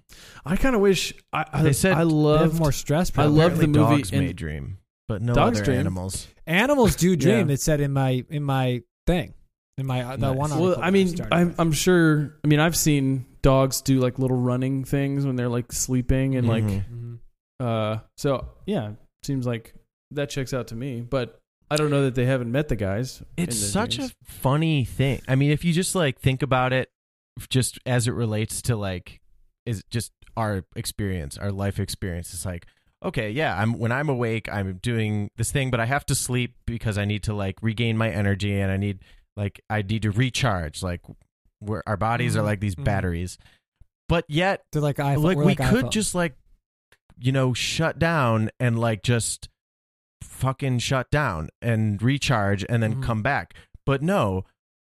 [SPEAKER 1] I kind of wish I. I,
[SPEAKER 2] They said
[SPEAKER 1] I
[SPEAKER 3] they
[SPEAKER 1] love
[SPEAKER 3] have more stress.
[SPEAKER 1] I
[SPEAKER 3] Probably.
[SPEAKER 1] love the
[SPEAKER 2] Apparently
[SPEAKER 1] movie
[SPEAKER 2] Dogs
[SPEAKER 1] and-
[SPEAKER 2] may dream, but no
[SPEAKER 1] Dogs
[SPEAKER 2] other
[SPEAKER 1] dream.
[SPEAKER 2] animals.
[SPEAKER 3] animals do dream.
[SPEAKER 1] Yeah.
[SPEAKER 3] It said in my in my thing, in my uh, that
[SPEAKER 2] Nice.
[SPEAKER 3] one.
[SPEAKER 1] Well,
[SPEAKER 3] article
[SPEAKER 1] I
[SPEAKER 3] that
[SPEAKER 1] mean,
[SPEAKER 3] started
[SPEAKER 1] I'm,
[SPEAKER 3] with.
[SPEAKER 1] I'm sure. I mean, I've seen dogs do like little running things when they're like sleeping and like
[SPEAKER 2] Mhm.
[SPEAKER 3] Mhm.
[SPEAKER 1] Uh, so yeah, seems like that checks out to me. But I don't know that they haven't met the guys.
[SPEAKER 2] It's
[SPEAKER 1] in their
[SPEAKER 2] such
[SPEAKER 1] dreams.
[SPEAKER 2] a funny thing. I mean, if you just like think about it, f- just as it relates to like, is just our experience, our life experience. It's like, okay, yeah, I'm when I'm awake, I'm doing this thing, but I have to sleep because I need to like regain my energy and I need like I need to recharge. Like, where our bodies
[SPEAKER 1] Mm-hmm.
[SPEAKER 2] are
[SPEAKER 3] Mhm,
[SPEAKER 2] like these
[SPEAKER 3] mhm.
[SPEAKER 2] batteries, but yet
[SPEAKER 3] They're like iPhone.
[SPEAKER 2] like
[SPEAKER 3] we're
[SPEAKER 2] we could
[SPEAKER 3] iPhone.
[SPEAKER 2] just like you know shut down and like just fucking shut down and recharge and then
[SPEAKER 3] Mhm.
[SPEAKER 2] come back but no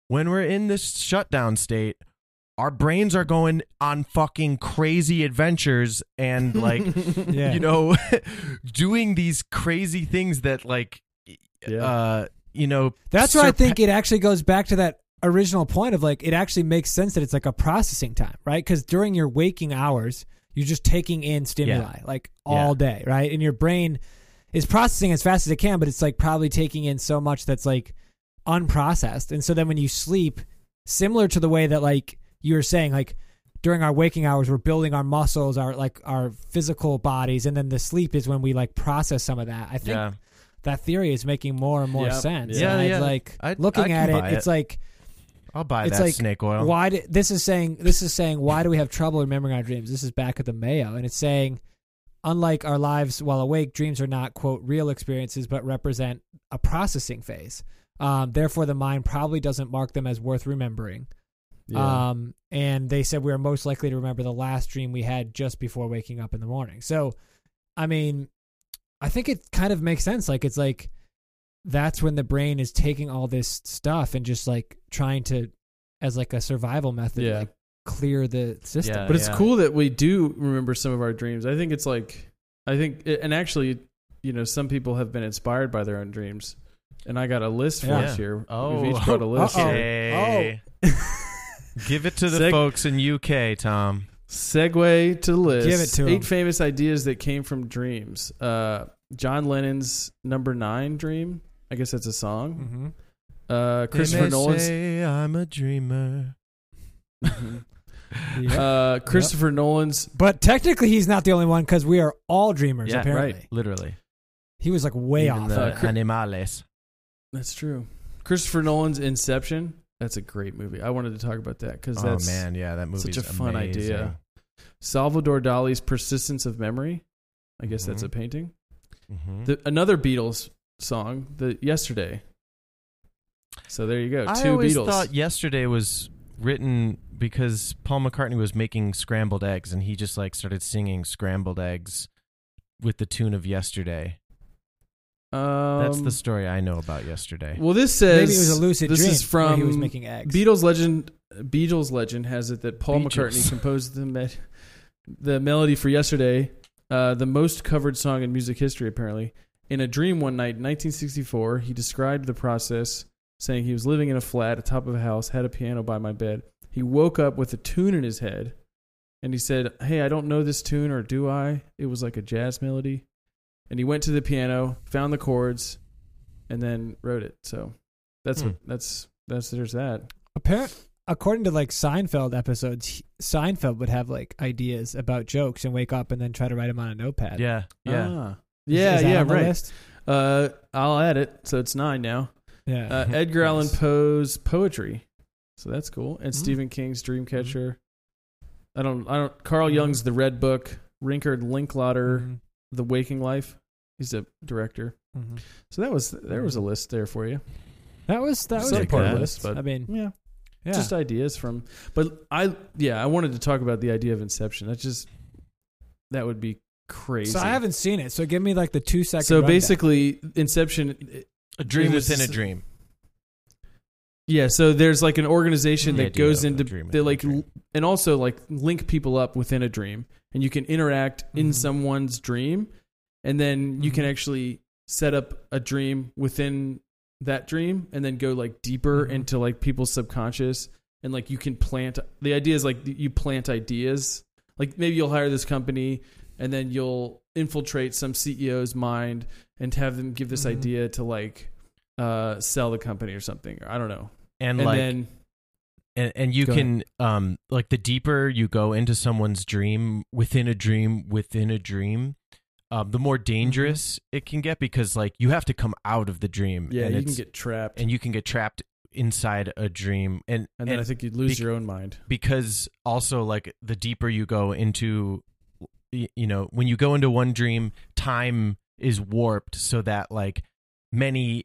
[SPEAKER 2] when we're in this shutdown state our brains are going on fucking crazy adventures and like
[SPEAKER 3] Yeah.
[SPEAKER 2] you know doing these crazy things that like
[SPEAKER 1] Yeah.
[SPEAKER 2] uh you know
[SPEAKER 3] That's where I
[SPEAKER 2] surpa-
[SPEAKER 3] think it actually goes back to that original point of like it actually makes sense that it's like a processing time, right? Because during your waking hours, you're just taking in stimuli like all day, right? And your brain is processing as fast as it can, but it's like probably taking in so much that's like unprocessed. And so then when you sleep, similar to the way that like you were saying, like during our waking hours, we're building our muscles, our like our physical bodies, and then the sleep is when we like process some of that. I think
[SPEAKER 2] yeah
[SPEAKER 3] that theory is making more and more
[SPEAKER 1] Yeah.
[SPEAKER 3] sense.
[SPEAKER 2] Yeah,
[SPEAKER 3] and I'd
[SPEAKER 2] yeah.
[SPEAKER 3] Like
[SPEAKER 2] I- I
[SPEAKER 3] looking
[SPEAKER 2] can
[SPEAKER 3] at
[SPEAKER 2] buy
[SPEAKER 3] it,
[SPEAKER 2] it.
[SPEAKER 3] it's like
[SPEAKER 2] i'll buy
[SPEAKER 3] it's
[SPEAKER 2] that
[SPEAKER 3] like,
[SPEAKER 2] snake oil
[SPEAKER 3] why? Do, this is saying this is saying why do we have trouble remembering our dreams? This is back at the Mayo, and it's saying, unlike our lives while awake, dreams are not quote real experiences, but represent a processing phase. Um, therefore, the mind probably doesn't mark them as worth remembering.
[SPEAKER 1] Yeah.
[SPEAKER 3] Um, and they said we are most likely to remember the last dream we had just before waking up in the morning. So, I mean, I think it kind of makes sense. Like, it's like that's when the brain is taking all this stuff and just like trying to, as like a survival method,
[SPEAKER 1] Yeah.
[SPEAKER 3] like clear the system.
[SPEAKER 2] Yeah.
[SPEAKER 1] but it's
[SPEAKER 2] yeah.
[SPEAKER 1] cool that we do remember some of our dreams. I think it's like I think and actually, you know, some people have been inspired by their own dreams. And I got a list for
[SPEAKER 3] Yeah.
[SPEAKER 1] us here.
[SPEAKER 2] Oh,
[SPEAKER 1] We've each brought a list.
[SPEAKER 3] Uh-oh.
[SPEAKER 1] here.
[SPEAKER 2] okay give it to the
[SPEAKER 1] Seg-
[SPEAKER 2] folks in uk tom
[SPEAKER 1] Segue to the list.
[SPEAKER 3] Give it to
[SPEAKER 1] eight
[SPEAKER 3] 'em.
[SPEAKER 1] famous ideas that came from dreams. Uh, John Lennon's number nine dream. I guess that's a song.
[SPEAKER 3] Mm-hmm.
[SPEAKER 1] Uh, Christopher Nolan's
[SPEAKER 2] i'm a dreamer
[SPEAKER 3] Yeah.
[SPEAKER 1] Mhm. uh, Christopher Nolan's
[SPEAKER 3] but technically, he's not the only one because we are all dreamers.
[SPEAKER 2] Yeah,
[SPEAKER 3] apparently,
[SPEAKER 2] literally
[SPEAKER 3] he was like way
[SPEAKER 2] Even
[SPEAKER 3] off.
[SPEAKER 2] the
[SPEAKER 1] Uh, Cr-
[SPEAKER 2] animales
[SPEAKER 1] That's true. Christopher Nolan's Inception. That's a great movie. I wanted to talk about that because
[SPEAKER 2] oh
[SPEAKER 1] that's
[SPEAKER 2] man yeah that movie's
[SPEAKER 1] such a fun
[SPEAKER 2] amazing.
[SPEAKER 1] idea. Salvador Dali's Persistence of Memory. I guess that's
[SPEAKER 2] Mhm.
[SPEAKER 1] a painting.
[SPEAKER 2] Mhm.
[SPEAKER 1] The, another Beatles song, the Yesterday. So there you go. oh, Two
[SPEAKER 2] I always
[SPEAKER 1] Beatles.
[SPEAKER 2] thought yesterday was written because Paul McCartney was making scrambled eggs, and he just like started singing scrambled eggs with the tune of yesterday.
[SPEAKER 1] um,
[SPEAKER 2] That's the story I know about yesterday.
[SPEAKER 1] Well, this
[SPEAKER 3] Maybe it
[SPEAKER 1] says
[SPEAKER 3] was a lucid
[SPEAKER 1] this
[SPEAKER 3] dream.
[SPEAKER 1] is
[SPEAKER 3] where he was
[SPEAKER 1] from
[SPEAKER 3] making eggs.
[SPEAKER 1] Beatles legend. Beatles legend has it that Paul
[SPEAKER 2] Beatles.
[SPEAKER 1] McCartney composed the me- the melody for "Yesterday," uh, the most covered song in music history, apparently. In a dream one night in 1964, he described the process, saying he was living in a flat atop of a house, had a piano by my bed. He woke up with a tune in his head, and he said, "Hey, I don't know this tune, or do I?" It was like a jazz melody, and he went to the piano, found the chords, and then wrote it. So that's
[SPEAKER 2] Hmm.
[SPEAKER 1] what that's that's there's that.
[SPEAKER 3] Apparent, according to like Seinfeld episodes, he- Seinfeld would have like ideas about jokes and wake up and then try to write them on a notepad.
[SPEAKER 2] yeah, yeah.
[SPEAKER 1] Ah.
[SPEAKER 3] Is-
[SPEAKER 1] yeah,
[SPEAKER 3] is that
[SPEAKER 1] yeah,
[SPEAKER 3] on the
[SPEAKER 1] right.
[SPEAKER 3] list?
[SPEAKER 1] Uh, I'll add it, so it's nine now.
[SPEAKER 3] Yeah,
[SPEAKER 1] Uh, Edgar Allan
[SPEAKER 2] Nice.
[SPEAKER 1] Poe's poetry, so that's cool, and
[SPEAKER 3] Mhm.
[SPEAKER 1] Stephen King's Dreamcatcher.
[SPEAKER 3] Mm-hmm.
[SPEAKER 1] I don't, I don't. Carl Jung's The Red Book, Rinkard Linklater,
[SPEAKER 3] Mhm.
[SPEAKER 1] The Waking Life. He's a director,
[SPEAKER 3] Mhm.
[SPEAKER 1] so that was there was a
[SPEAKER 3] Mm-hmm.
[SPEAKER 1] list there for you.
[SPEAKER 3] that was that was
[SPEAKER 1] Some
[SPEAKER 3] a
[SPEAKER 2] part of
[SPEAKER 3] good
[SPEAKER 1] this,
[SPEAKER 3] list.
[SPEAKER 1] but-
[SPEAKER 3] I mean,
[SPEAKER 1] Yeah,
[SPEAKER 3] Mm-hmm. yeah,
[SPEAKER 1] just ideas from. But I, yeah, I wanted to talk about the idea of Inception. That's just that would be crazy.
[SPEAKER 3] so I haven't seen it. So give me like the two second.
[SPEAKER 1] So
[SPEAKER 3] rundown.
[SPEAKER 1] basically, Inception
[SPEAKER 2] A dream
[SPEAKER 1] There's
[SPEAKER 2] within a
[SPEAKER 1] this-
[SPEAKER 2] dream.
[SPEAKER 1] Yeah, so there's like an organization
[SPEAKER 2] The
[SPEAKER 1] that
[SPEAKER 2] idea
[SPEAKER 1] goes
[SPEAKER 2] of a
[SPEAKER 1] into
[SPEAKER 2] dream
[SPEAKER 1] they
[SPEAKER 2] within a
[SPEAKER 1] like
[SPEAKER 2] dream.
[SPEAKER 1] l- and also like link people up within a dream, and you can interact in
[SPEAKER 2] Mm-hmm.
[SPEAKER 3] Mhm.
[SPEAKER 1] someone's dream, and then you can
[SPEAKER 3] Mhm.
[SPEAKER 1] actually set up a dream within that dream, and then go like deeper
[SPEAKER 2] Mm-hmm.
[SPEAKER 3] Mhm.
[SPEAKER 1] into like people's subconscious, and like you can plant the idea is like you plant ideas, like maybe you'll hire this company, and then you'll infiltrate some CEO's mind and have them give this
[SPEAKER 3] Mhm.
[SPEAKER 2] Mm-hmm.
[SPEAKER 1] idea to like uh sell the company or something or I don't know
[SPEAKER 2] And,
[SPEAKER 1] and
[SPEAKER 2] like,
[SPEAKER 1] then
[SPEAKER 2] and, and you
[SPEAKER 1] Go
[SPEAKER 2] can, um, like, the deeper you go into someone's dream within a dream within a dream, um, the more
[SPEAKER 1] Mm-hmm.
[SPEAKER 2] dangerous it can get because, like, you have to come out of the dream.
[SPEAKER 1] yeah,
[SPEAKER 2] and
[SPEAKER 1] you
[SPEAKER 2] it's-
[SPEAKER 1] can get trapped, and,
[SPEAKER 2] and you can get trapped inside a dream. And
[SPEAKER 1] then I think you'd lose
[SPEAKER 2] bec-
[SPEAKER 1] your own mind.
[SPEAKER 2] because also like the deeper you go into y- you know when you go into one dream time is warped so that like many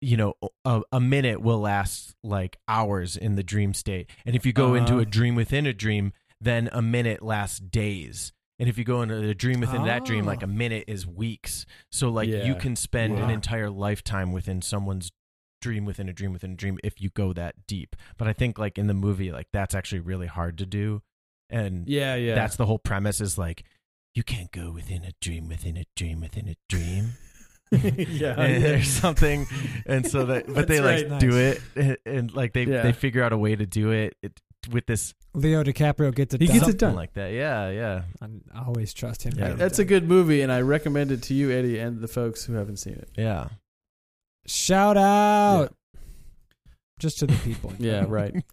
[SPEAKER 2] you know a, a minute will last like hours in the dream state and if you go into
[SPEAKER 1] Uh-huh.
[SPEAKER 2] a dream within a dream then a minute lasts days and if you go into a dream within that dream
[SPEAKER 3] Ah.
[SPEAKER 2] like a minute is weeks so like
[SPEAKER 1] Oh. Yeah.
[SPEAKER 2] you can spend an
[SPEAKER 3] Wow.
[SPEAKER 2] entire lifetime within someone's dream within a dream within a dream if you go that deep. But I think like in the movie, like that's actually really hard to do, and
[SPEAKER 1] Yeah, yeah.
[SPEAKER 2] that's the whole premise is like you can't go within a dream within a dream within a dream.
[SPEAKER 1] Oh, yeah.
[SPEAKER 2] and- or something. And so that, but they
[SPEAKER 1] That's
[SPEAKER 2] like
[SPEAKER 3] right.
[SPEAKER 2] do it, and, and, like they
[SPEAKER 1] Yeah.
[SPEAKER 2] they figure out a way to do it, it with this
[SPEAKER 3] Leo DiCaprio gets it
[SPEAKER 1] He
[SPEAKER 3] done.
[SPEAKER 1] gets it
[SPEAKER 2] something
[SPEAKER 1] done.
[SPEAKER 2] like that. Yeah, yeah.
[SPEAKER 3] I always trust him.
[SPEAKER 2] Yeah.
[SPEAKER 3] getting it
[SPEAKER 1] That's a
[SPEAKER 3] done.
[SPEAKER 1] good movie, and I recommend it to you, Eddie, and the folks who haven't seen it.
[SPEAKER 2] Yeah.
[SPEAKER 3] shout out just to the people.
[SPEAKER 1] Yeah, right.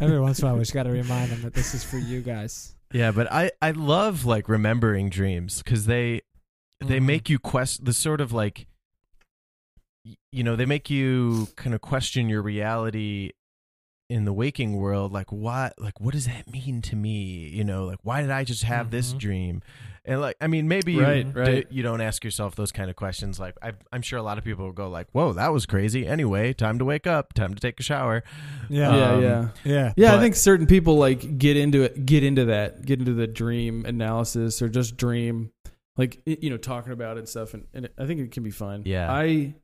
[SPEAKER 3] Every once in a while, we just got to remind them that this is for you guys.
[SPEAKER 2] Yeah, but I I love like remembering dreams cuz they
[SPEAKER 1] Mm-hmm.
[SPEAKER 2] they
[SPEAKER 3] Mhm.
[SPEAKER 2] make you quest the sort of like y- you know, they make you kind of question your reality in the waking world like why like what does that mean to me you know like why did i just have this
[SPEAKER 3] Mhm.
[SPEAKER 2] dream and like i mean maybe
[SPEAKER 1] Mm-hmm. Right,
[SPEAKER 2] you, d-
[SPEAKER 1] right.
[SPEAKER 2] you don't ask yourself those kind of questions like I, i'm sure a lot of people will go like whoa that was crazy anyway time to wake up time to take a shower
[SPEAKER 3] Yeah,
[SPEAKER 1] yeah,
[SPEAKER 2] Um,
[SPEAKER 1] yeah.
[SPEAKER 3] yeah.
[SPEAKER 1] Yeah, I
[SPEAKER 2] But-
[SPEAKER 1] think certain people like get into it, get into that, get into the dream analysis or just dream, like y- you know, talking about it and stuff. And, and I think it can be fun.
[SPEAKER 2] Yeah.
[SPEAKER 1] I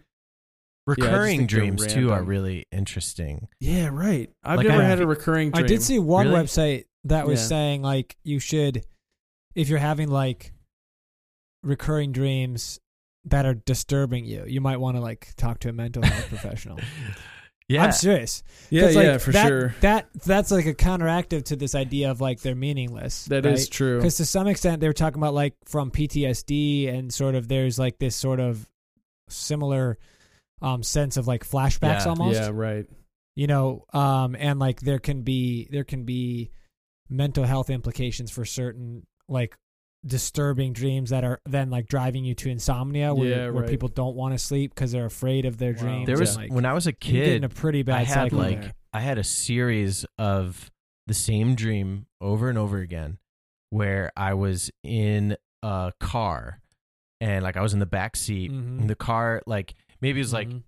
[SPEAKER 1] just
[SPEAKER 2] recurring
[SPEAKER 1] think they're
[SPEAKER 2] dreams too are
[SPEAKER 1] random.
[SPEAKER 2] really interesting
[SPEAKER 1] yeah, right. I've
[SPEAKER 2] Like,
[SPEAKER 1] never
[SPEAKER 2] I-
[SPEAKER 1] had a recurring. dream.
[SPEAKER 3] I did see one
[SPEAKER 2] Really?
[SPEAKER 3] website that was
[SPEAKER 1] Yeah.
[SPEAKER 3] saying like you should, if you're having like recurring dreams that are disturbing you, you might want to like talk to a mental health professional.
[SPEAKER 2] yeah
[SPEAKER 3] I'm serious.
[SPEAKER 1] Yeah,
[SPEAKER 3] 'Cause, like,
[SPEAKER 1] yeah, for
[SPEAKER 3] that-
[SPEAKER 1] sure.
[SPEAKER 3] That that's like a counteractive to this idea of like they're meaningless.
[SPEAKER 1] That is true.
[SPEAKER 3] because to some extent they were talking about like from PTSD and sort of there's like this sort of similar um sense of like flashbacks
[SPEAKER 2] Yeah,
[SPEAKER 3] almost
[SPEAKER 1] Yeah, right.
[SPEAKER 3] you know um and like there can be there can be mental health implications for certain like disturbing dreams that are then like driving you to insomnia where,
[SPEAKER 1] Yeah,
[SPEAKER 3] where
[SPEAKER 1] right.
[SPEAKER 3] people don't want to sleep because they're afraid of their
[SPEAKER 1] Wow.
[SPEAKER 3] dreams
[SPEAKER 2] there was
[SPEAKER 3] and, like,
[SPEAKER 2] when i was a
[SPEAKER 3] you get in
[SPEAKER 2] kid
[SPEAKER 3] a pretty bad
[SPEAKER 2] I had
[SPEAKER 3] cycle
[SPEAKER 2] like
[SPEAKER 1] there.
[SPEAKER 2] I had a series of the same dream over and over again where I was in a car and like I was in the back seat
[SPEAKER 3] Mhm.
[SPEAKER 2] and the car like maybe it was like
[SPEAKER 3] Mhm.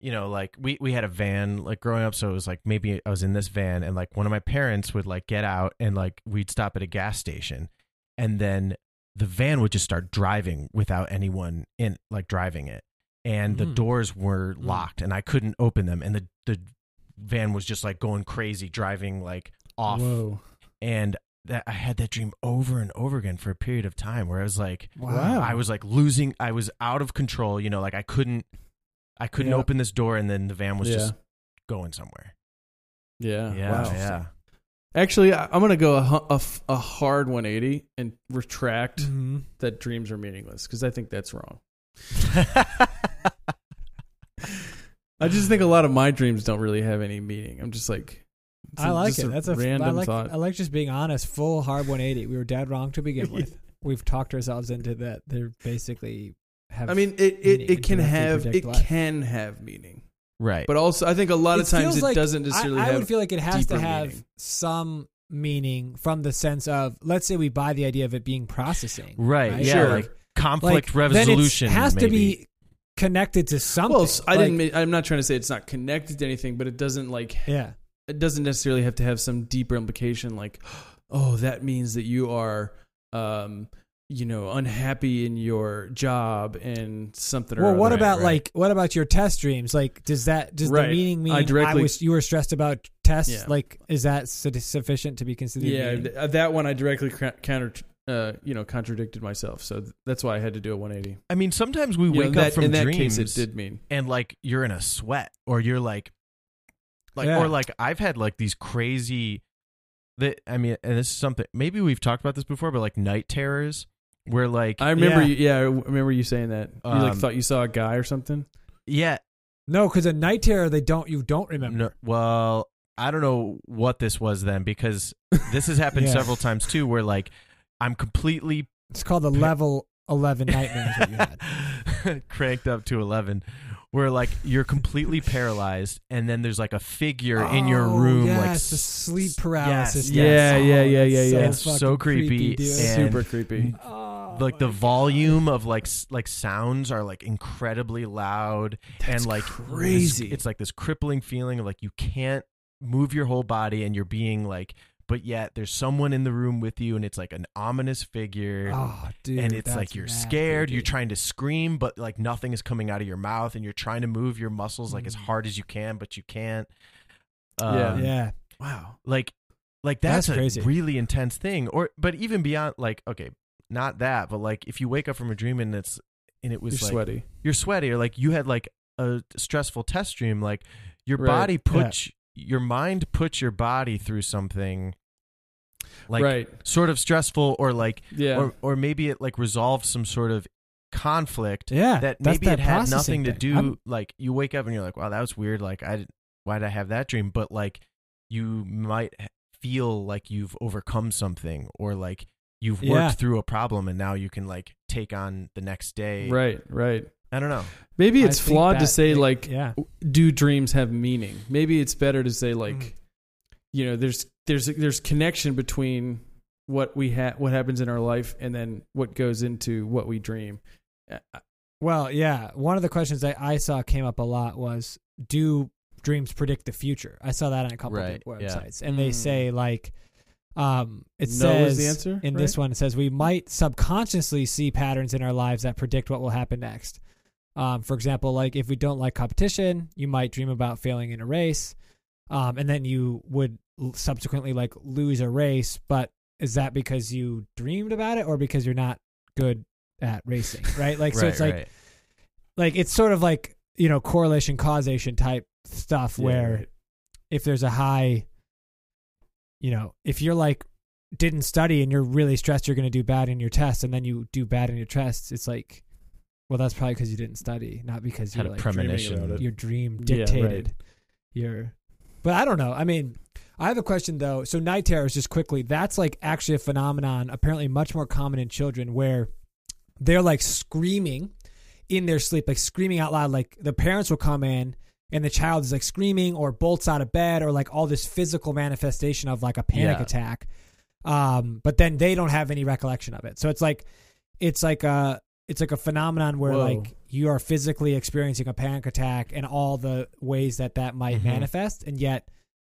[SPEAKER 2] you know like we we had a van like growing up so it was like maybe I was in this van and like one of my parents would like get out and like we'd stop at a gas station and then the van would just start driving without anyone in like driving it and the
[SPEAKER 3] Mm.
[SPEAKER 2] doors were
[SPEAKER 3] Mm.
[SPEAKER 2] locked and I couldn't open them and the the van was just like going crazy driving like off
[SPEAKER 1] Whoa.
[SPEAKER 2] and that I had that dream over and over again for a period of time where I was like
[SPEAKER 1] Wow.
[SPEAKER 2] I was like losing I was out of control you know like I couldn't I couldn't
[SPEAKER 1] Yeah.
[SPEAKER 2] open this door and then the van was
[SPEAKER 1] yeah.
[SPEAKER 2] just going somewhere
[SPEAKER 1] yeah.
[SPEAKER 2] yeah
[SPEAKER 1] Wow.
[SPEAKER 2] yeah
[SPEAKER 1] Actually, I- I'm gonna go a, hu- a f- a hard 180 and retract
[SPEAKER 3] Mhm.
[SPEAKER 1] that dreams are meaningless because I think that's wrong. I just think a lot of my dreams don't really have any meaning. I'm just like, it's
[SPEAKER 3] I
[SPEAKER 1] a-
[SPEAKER 3] like
[SPEAKER 1] just
[SPEAKER 3] it. That's a f- I
[SPEAKER 1] random
[SPEAKER 3] like,
[SPEAKER 1] thought.
[SPEAKER 3] I like just being honest. Full hard 180. We were dead wrong to begin with. We've talked ourselves into that. They're basically have.
[SPEAKER 1] I mean, it, it,
[SPEAKER 3] meaning
[SPEAKER 1] it can
[SPEAKER 3] directly
[SPEAKER 1] have
[SPEAKER 3] predict
[SPEAKER 1] it
[SPEAKER 3] life.
[SPEAKER 1] can have meaning,
[SPEAKER 2] right
[SPEAKER 1] but also I think a lot
[SPEAKER 3] It
[SPEAKER 1] of times
[SPEAKER 3] feels
[SPEAKER 1] it
[SPEAKER 3] like-
[SPEAKER 1] doesn't necessarily
[SPEAKER 3] I, I would
[SPEAKER 1] have.
[SPEAKER 3] feel like it has to
[SPEAKER 1] deeper
[SPEAKER 3] have
[SPEAKER 1] meaning.
[SPEAKER 3] some meaning from the sense of let's say we buy the idea of it being processing.
[SPEAKER 2] right,
[SPEAKER 3] Right?
[SPEAKER 2] yeah
[SPEAKER 1] Sure.
[SPEAKER 2] like
[SPEAKER 3] Like,
[SPEAKER 2] conflict
[SPEAKER 3] then it
[SPEAKER 2] resolution
[SPEAKER 3] has to
[SPEAKER 2] maybe.
[SPEAKER 3] be connected to something.
[SPEAKER 1] well, s- I didn't.
[SPEAKER 3] Like,
[SPEAKER 1] mean- I'm not trying to say it's not connected to anything, but it doesn't like
[SPEAKER 3] yeah.
[SPEAKER 1] it doesn't necessarily have to have some deeper implication. Like, oh, that means that you are, um, you know, unhappy in your job and something. or
[SPEAKER 3] Well, what
[SPEAKER 1] other.
[SPEAKER 3] about
[SPEAKER 2] right.
[SPEAKER 3] like what about your test dreams? Like, does that does
[SPEAKER 1] Right.
[SPEAKER 3] the meaning mean
[SPEAKER 1] I directly-
[SPEAKER 3] was you were stressed about tests?
[SPEAKER 1] Yeah.
[SPEAKER 3] Like, is that su- sufficient to be considered?
[SPEAKER 1] yeah
[SPEAKER 3] meaning?
[SPEAKER 1] th- uh, that one i directly cra- counter uh, you know contradicted myself so th- that's why i had to do a 180
[SPEAKER 2] I mean sometimes we
[SPEAKER 1] You know,
[SPEAKER 2] wake
[SPEAKER 1] that-
[SPEAKER 2] up from
[SPEAKER 1] in that
[SPEAKER 2] dreams
[SPEAKER 1] case it did mean
[SPEAKER 2] and like you're in a sweat or you're like like
[SPEAKER 3] Yeah.
[SPEAKER 2] or like I've had like these crazy that I mean and this is something maybe we've talked about this before but like night terrors where like
[SPEAKER 1] i remember
[SPEAKER 3] Yeah.
[SPEAKER 1] you, yeah i w- remember you saying that you like
[SPEAKER 2] Um,
[SPEAKER 1] thought you saw a guy or something
[SPEAKER 2] yeah
[SPEAKER 3] No, because a night terror they don't you don't remember.
[SPEAKER 2] no, well I don't know what this was then because this has happened
[SPEAKER 3] Yeah.
[SPEAKER 2] several times too where like I'm completely
[SPEAKER 3] It's called the level eleven nightmare that you had.
[SPEAKER 2] cranked up to 11 where like you're completely paralyzed and then there's like a figure in your
[SPEAKER 3] Oh,
[SPEAKER 2] room like
[SPEAKER 3] yes, the
[SPEAKER 2] s-
[SPEAKER 3] sleep
[SPEAKER 2] yes,
[SPEAKER 3] paralysis.
[SPEAKER 2] yes.
[SPEAKER 1] Yeah, yeah, yeah, yeah, yeah.
[SPEAKER 2] It's so creepy and-
[SPEAKER 1] super creepy
[SPEAKER 3] Oh
[SPEAKER 2] like the volume of like s- like sounds are like incredibly loud and like this-
[SPEAKER 1] crazy.
[SPEAKER 2] it's like this crippling feeling of like you can't move your whole body and you're being like but yet there's someone in the room with you and it's like an ominous figure
[SPEAKER 3] Oh, dude.
[SPEAKER 2] and it's like
[SPEAKER 3] that's
[SPEAKER 2] you're
[SPEAKER 3] mad
[SPEAKER 2] scared you're
[SPEAKER 3] creepy.
[SPEAKER 2] trying to scream but like nothing is coming out of your mouth and you're trying to move your muscles like as
[SPEAKER 3] Mm.
[SPEAKER 2] hard as you can but you can't
[SPEAKER 1] Yeah.
[SPEAKER 2] Um,
[SPEAKER 3] Yeah.
[SPEAKER 1] Wow.
[SPEAKER 2] like like that's,
[SPEAKER 3] That's
[SPEAKER 2] a
[SPEAKER 3] crazy.
[SPEAKER 2] really intense thing or but even beyond like okay not that but like if you wake up from a dream and it's and it was
[SPEAKER 1] You're
[SPEAKER 2] like
[SPEAKER 1] sweaty.
[SPEAKER 2] you're sweaty or like you had like a stressful test stream like your
[SPEAKER 1] Right.
[SPEAKER 2] body puts your mind puts your body through something like
[SPEAKER 1] right.
[SPEAKER 2] sort of stressful or like
[SPEAKER 1] Yeah.
[SPEAKER 2] or or maybe it like resolved some sort of conflict
[SPEAKER 3] Yeah.
[SPEAKER 2] that
[SPEAKER 3] that's
[SPEAKER 2] maybe
[SPEAKER 3] that
[SPEAKER 2] it had
[SPEAKER 3] processing
[SPEAKER 2] nothing to
[SPEAKER 3] thing.
[SPEAKER 2] do
[SPEAKER 3] I'm-
[SPEAKER 2] like you wake up and you're like wow that was weird like i did, why did i have that dream but like you might h- feel like you've overcome something or like you've worked
[SPEAKER 3] Yeah.
[SPEAKER 2] through a problem and now you can like take on the next day
[SPEAKER 1] right. Right.
[SPEAKER 2] i don't know
[SPEAKER 1] Maybe
[SPEAKER 3] I
[SPEAKER 1] it's
[SPEAKER 3] think
[SPEAKER 1] flawed to
[SPEAKER 3] that-
[SPEAKER 1] say
[SPEAKER 3] it-
[SPEAKER 1] like,
[SPEAKER 3] yeah.
[SPEAKER 1] do dreams have meaning? Maybe it's better to say like,
[SPEAKER 3] Mm.
[SPEAKER 1] you know, there's there's there's connection between what we ha- what happens in our life and then what goes into what we dream. Uh,
[SPEAKER 3] Well, yeah. One of the questions that I saw came up a lot was do dreams predict the future? I saw that on a couple
[SPEAKER 2] Right,
[SPEAKER 3] of
[SPEAKER 2] yeah.
[SPEAKER 3] websites. And they
[SPEAKER 1] Hmm.
[SPEAKER 3] say like um it
[SPEAKER 1] No is
[SPEAKER 3] says
[SPEAKER 1] the answer,
[SPEAKER 3] in this one it says we might subconsciously see patterns in our lives that predict what will happen next. Um, for example, like if we don't like competition, you might dream about failing in a race. Um, and then you would l- subsequently like lose a race, but is that because you dreamed about it or because you're not good at racing, right? Like so
[SPEAKER 2] Right,
[SPEAKER 3] it's like
[SPEAKER 2] right.
[SPEAKER 3] like it's sort of like you know correlation causation type stuff
[SPEAKER 1] Yeah,
[SPEAKER 3] where
[SPEAKER 1] right.
[SPEAKER 3] if there's a high you know if you're like didn't study and you're really stressed you're going to do bad in your test and then you do bad in your tests it's like well that's probably because you didn't study not because
[SPEAKER 2] had
[SPEAKER 3] you're
[SPEAKER 2] a
[SPEAKER 3] like
[SPEAKER 1] dreaming about
[SPEAKER 2] premonition
[SPEAKER 1] it.
[SPEAKER 3] your dream
[SPEAKER 1] Yeah, right.
[SPEAKER 3] dictated your but i don't know i mean i have a question though so night terrors just quickly that's like actually a phenomenon apparently much more common in children where they're like screaming in their sleep like screaming out loud like the parents will come in and the child is like screaming or bolts out of bed or like all this physical manifestation of like a panic
[SPEAKER 2] Yeah.
[SPEAKER 3] attack um but then they don't have any recollection of it so it's like it's like a it's like a phenomenon where
[SPEAKER 1] Whoa.
[SPEAKER 3] like you are physically experiencing a panic attack and all the ways that that might
[SPEAKER 2] Mhm.
[SPEAKER 3] manifest and yet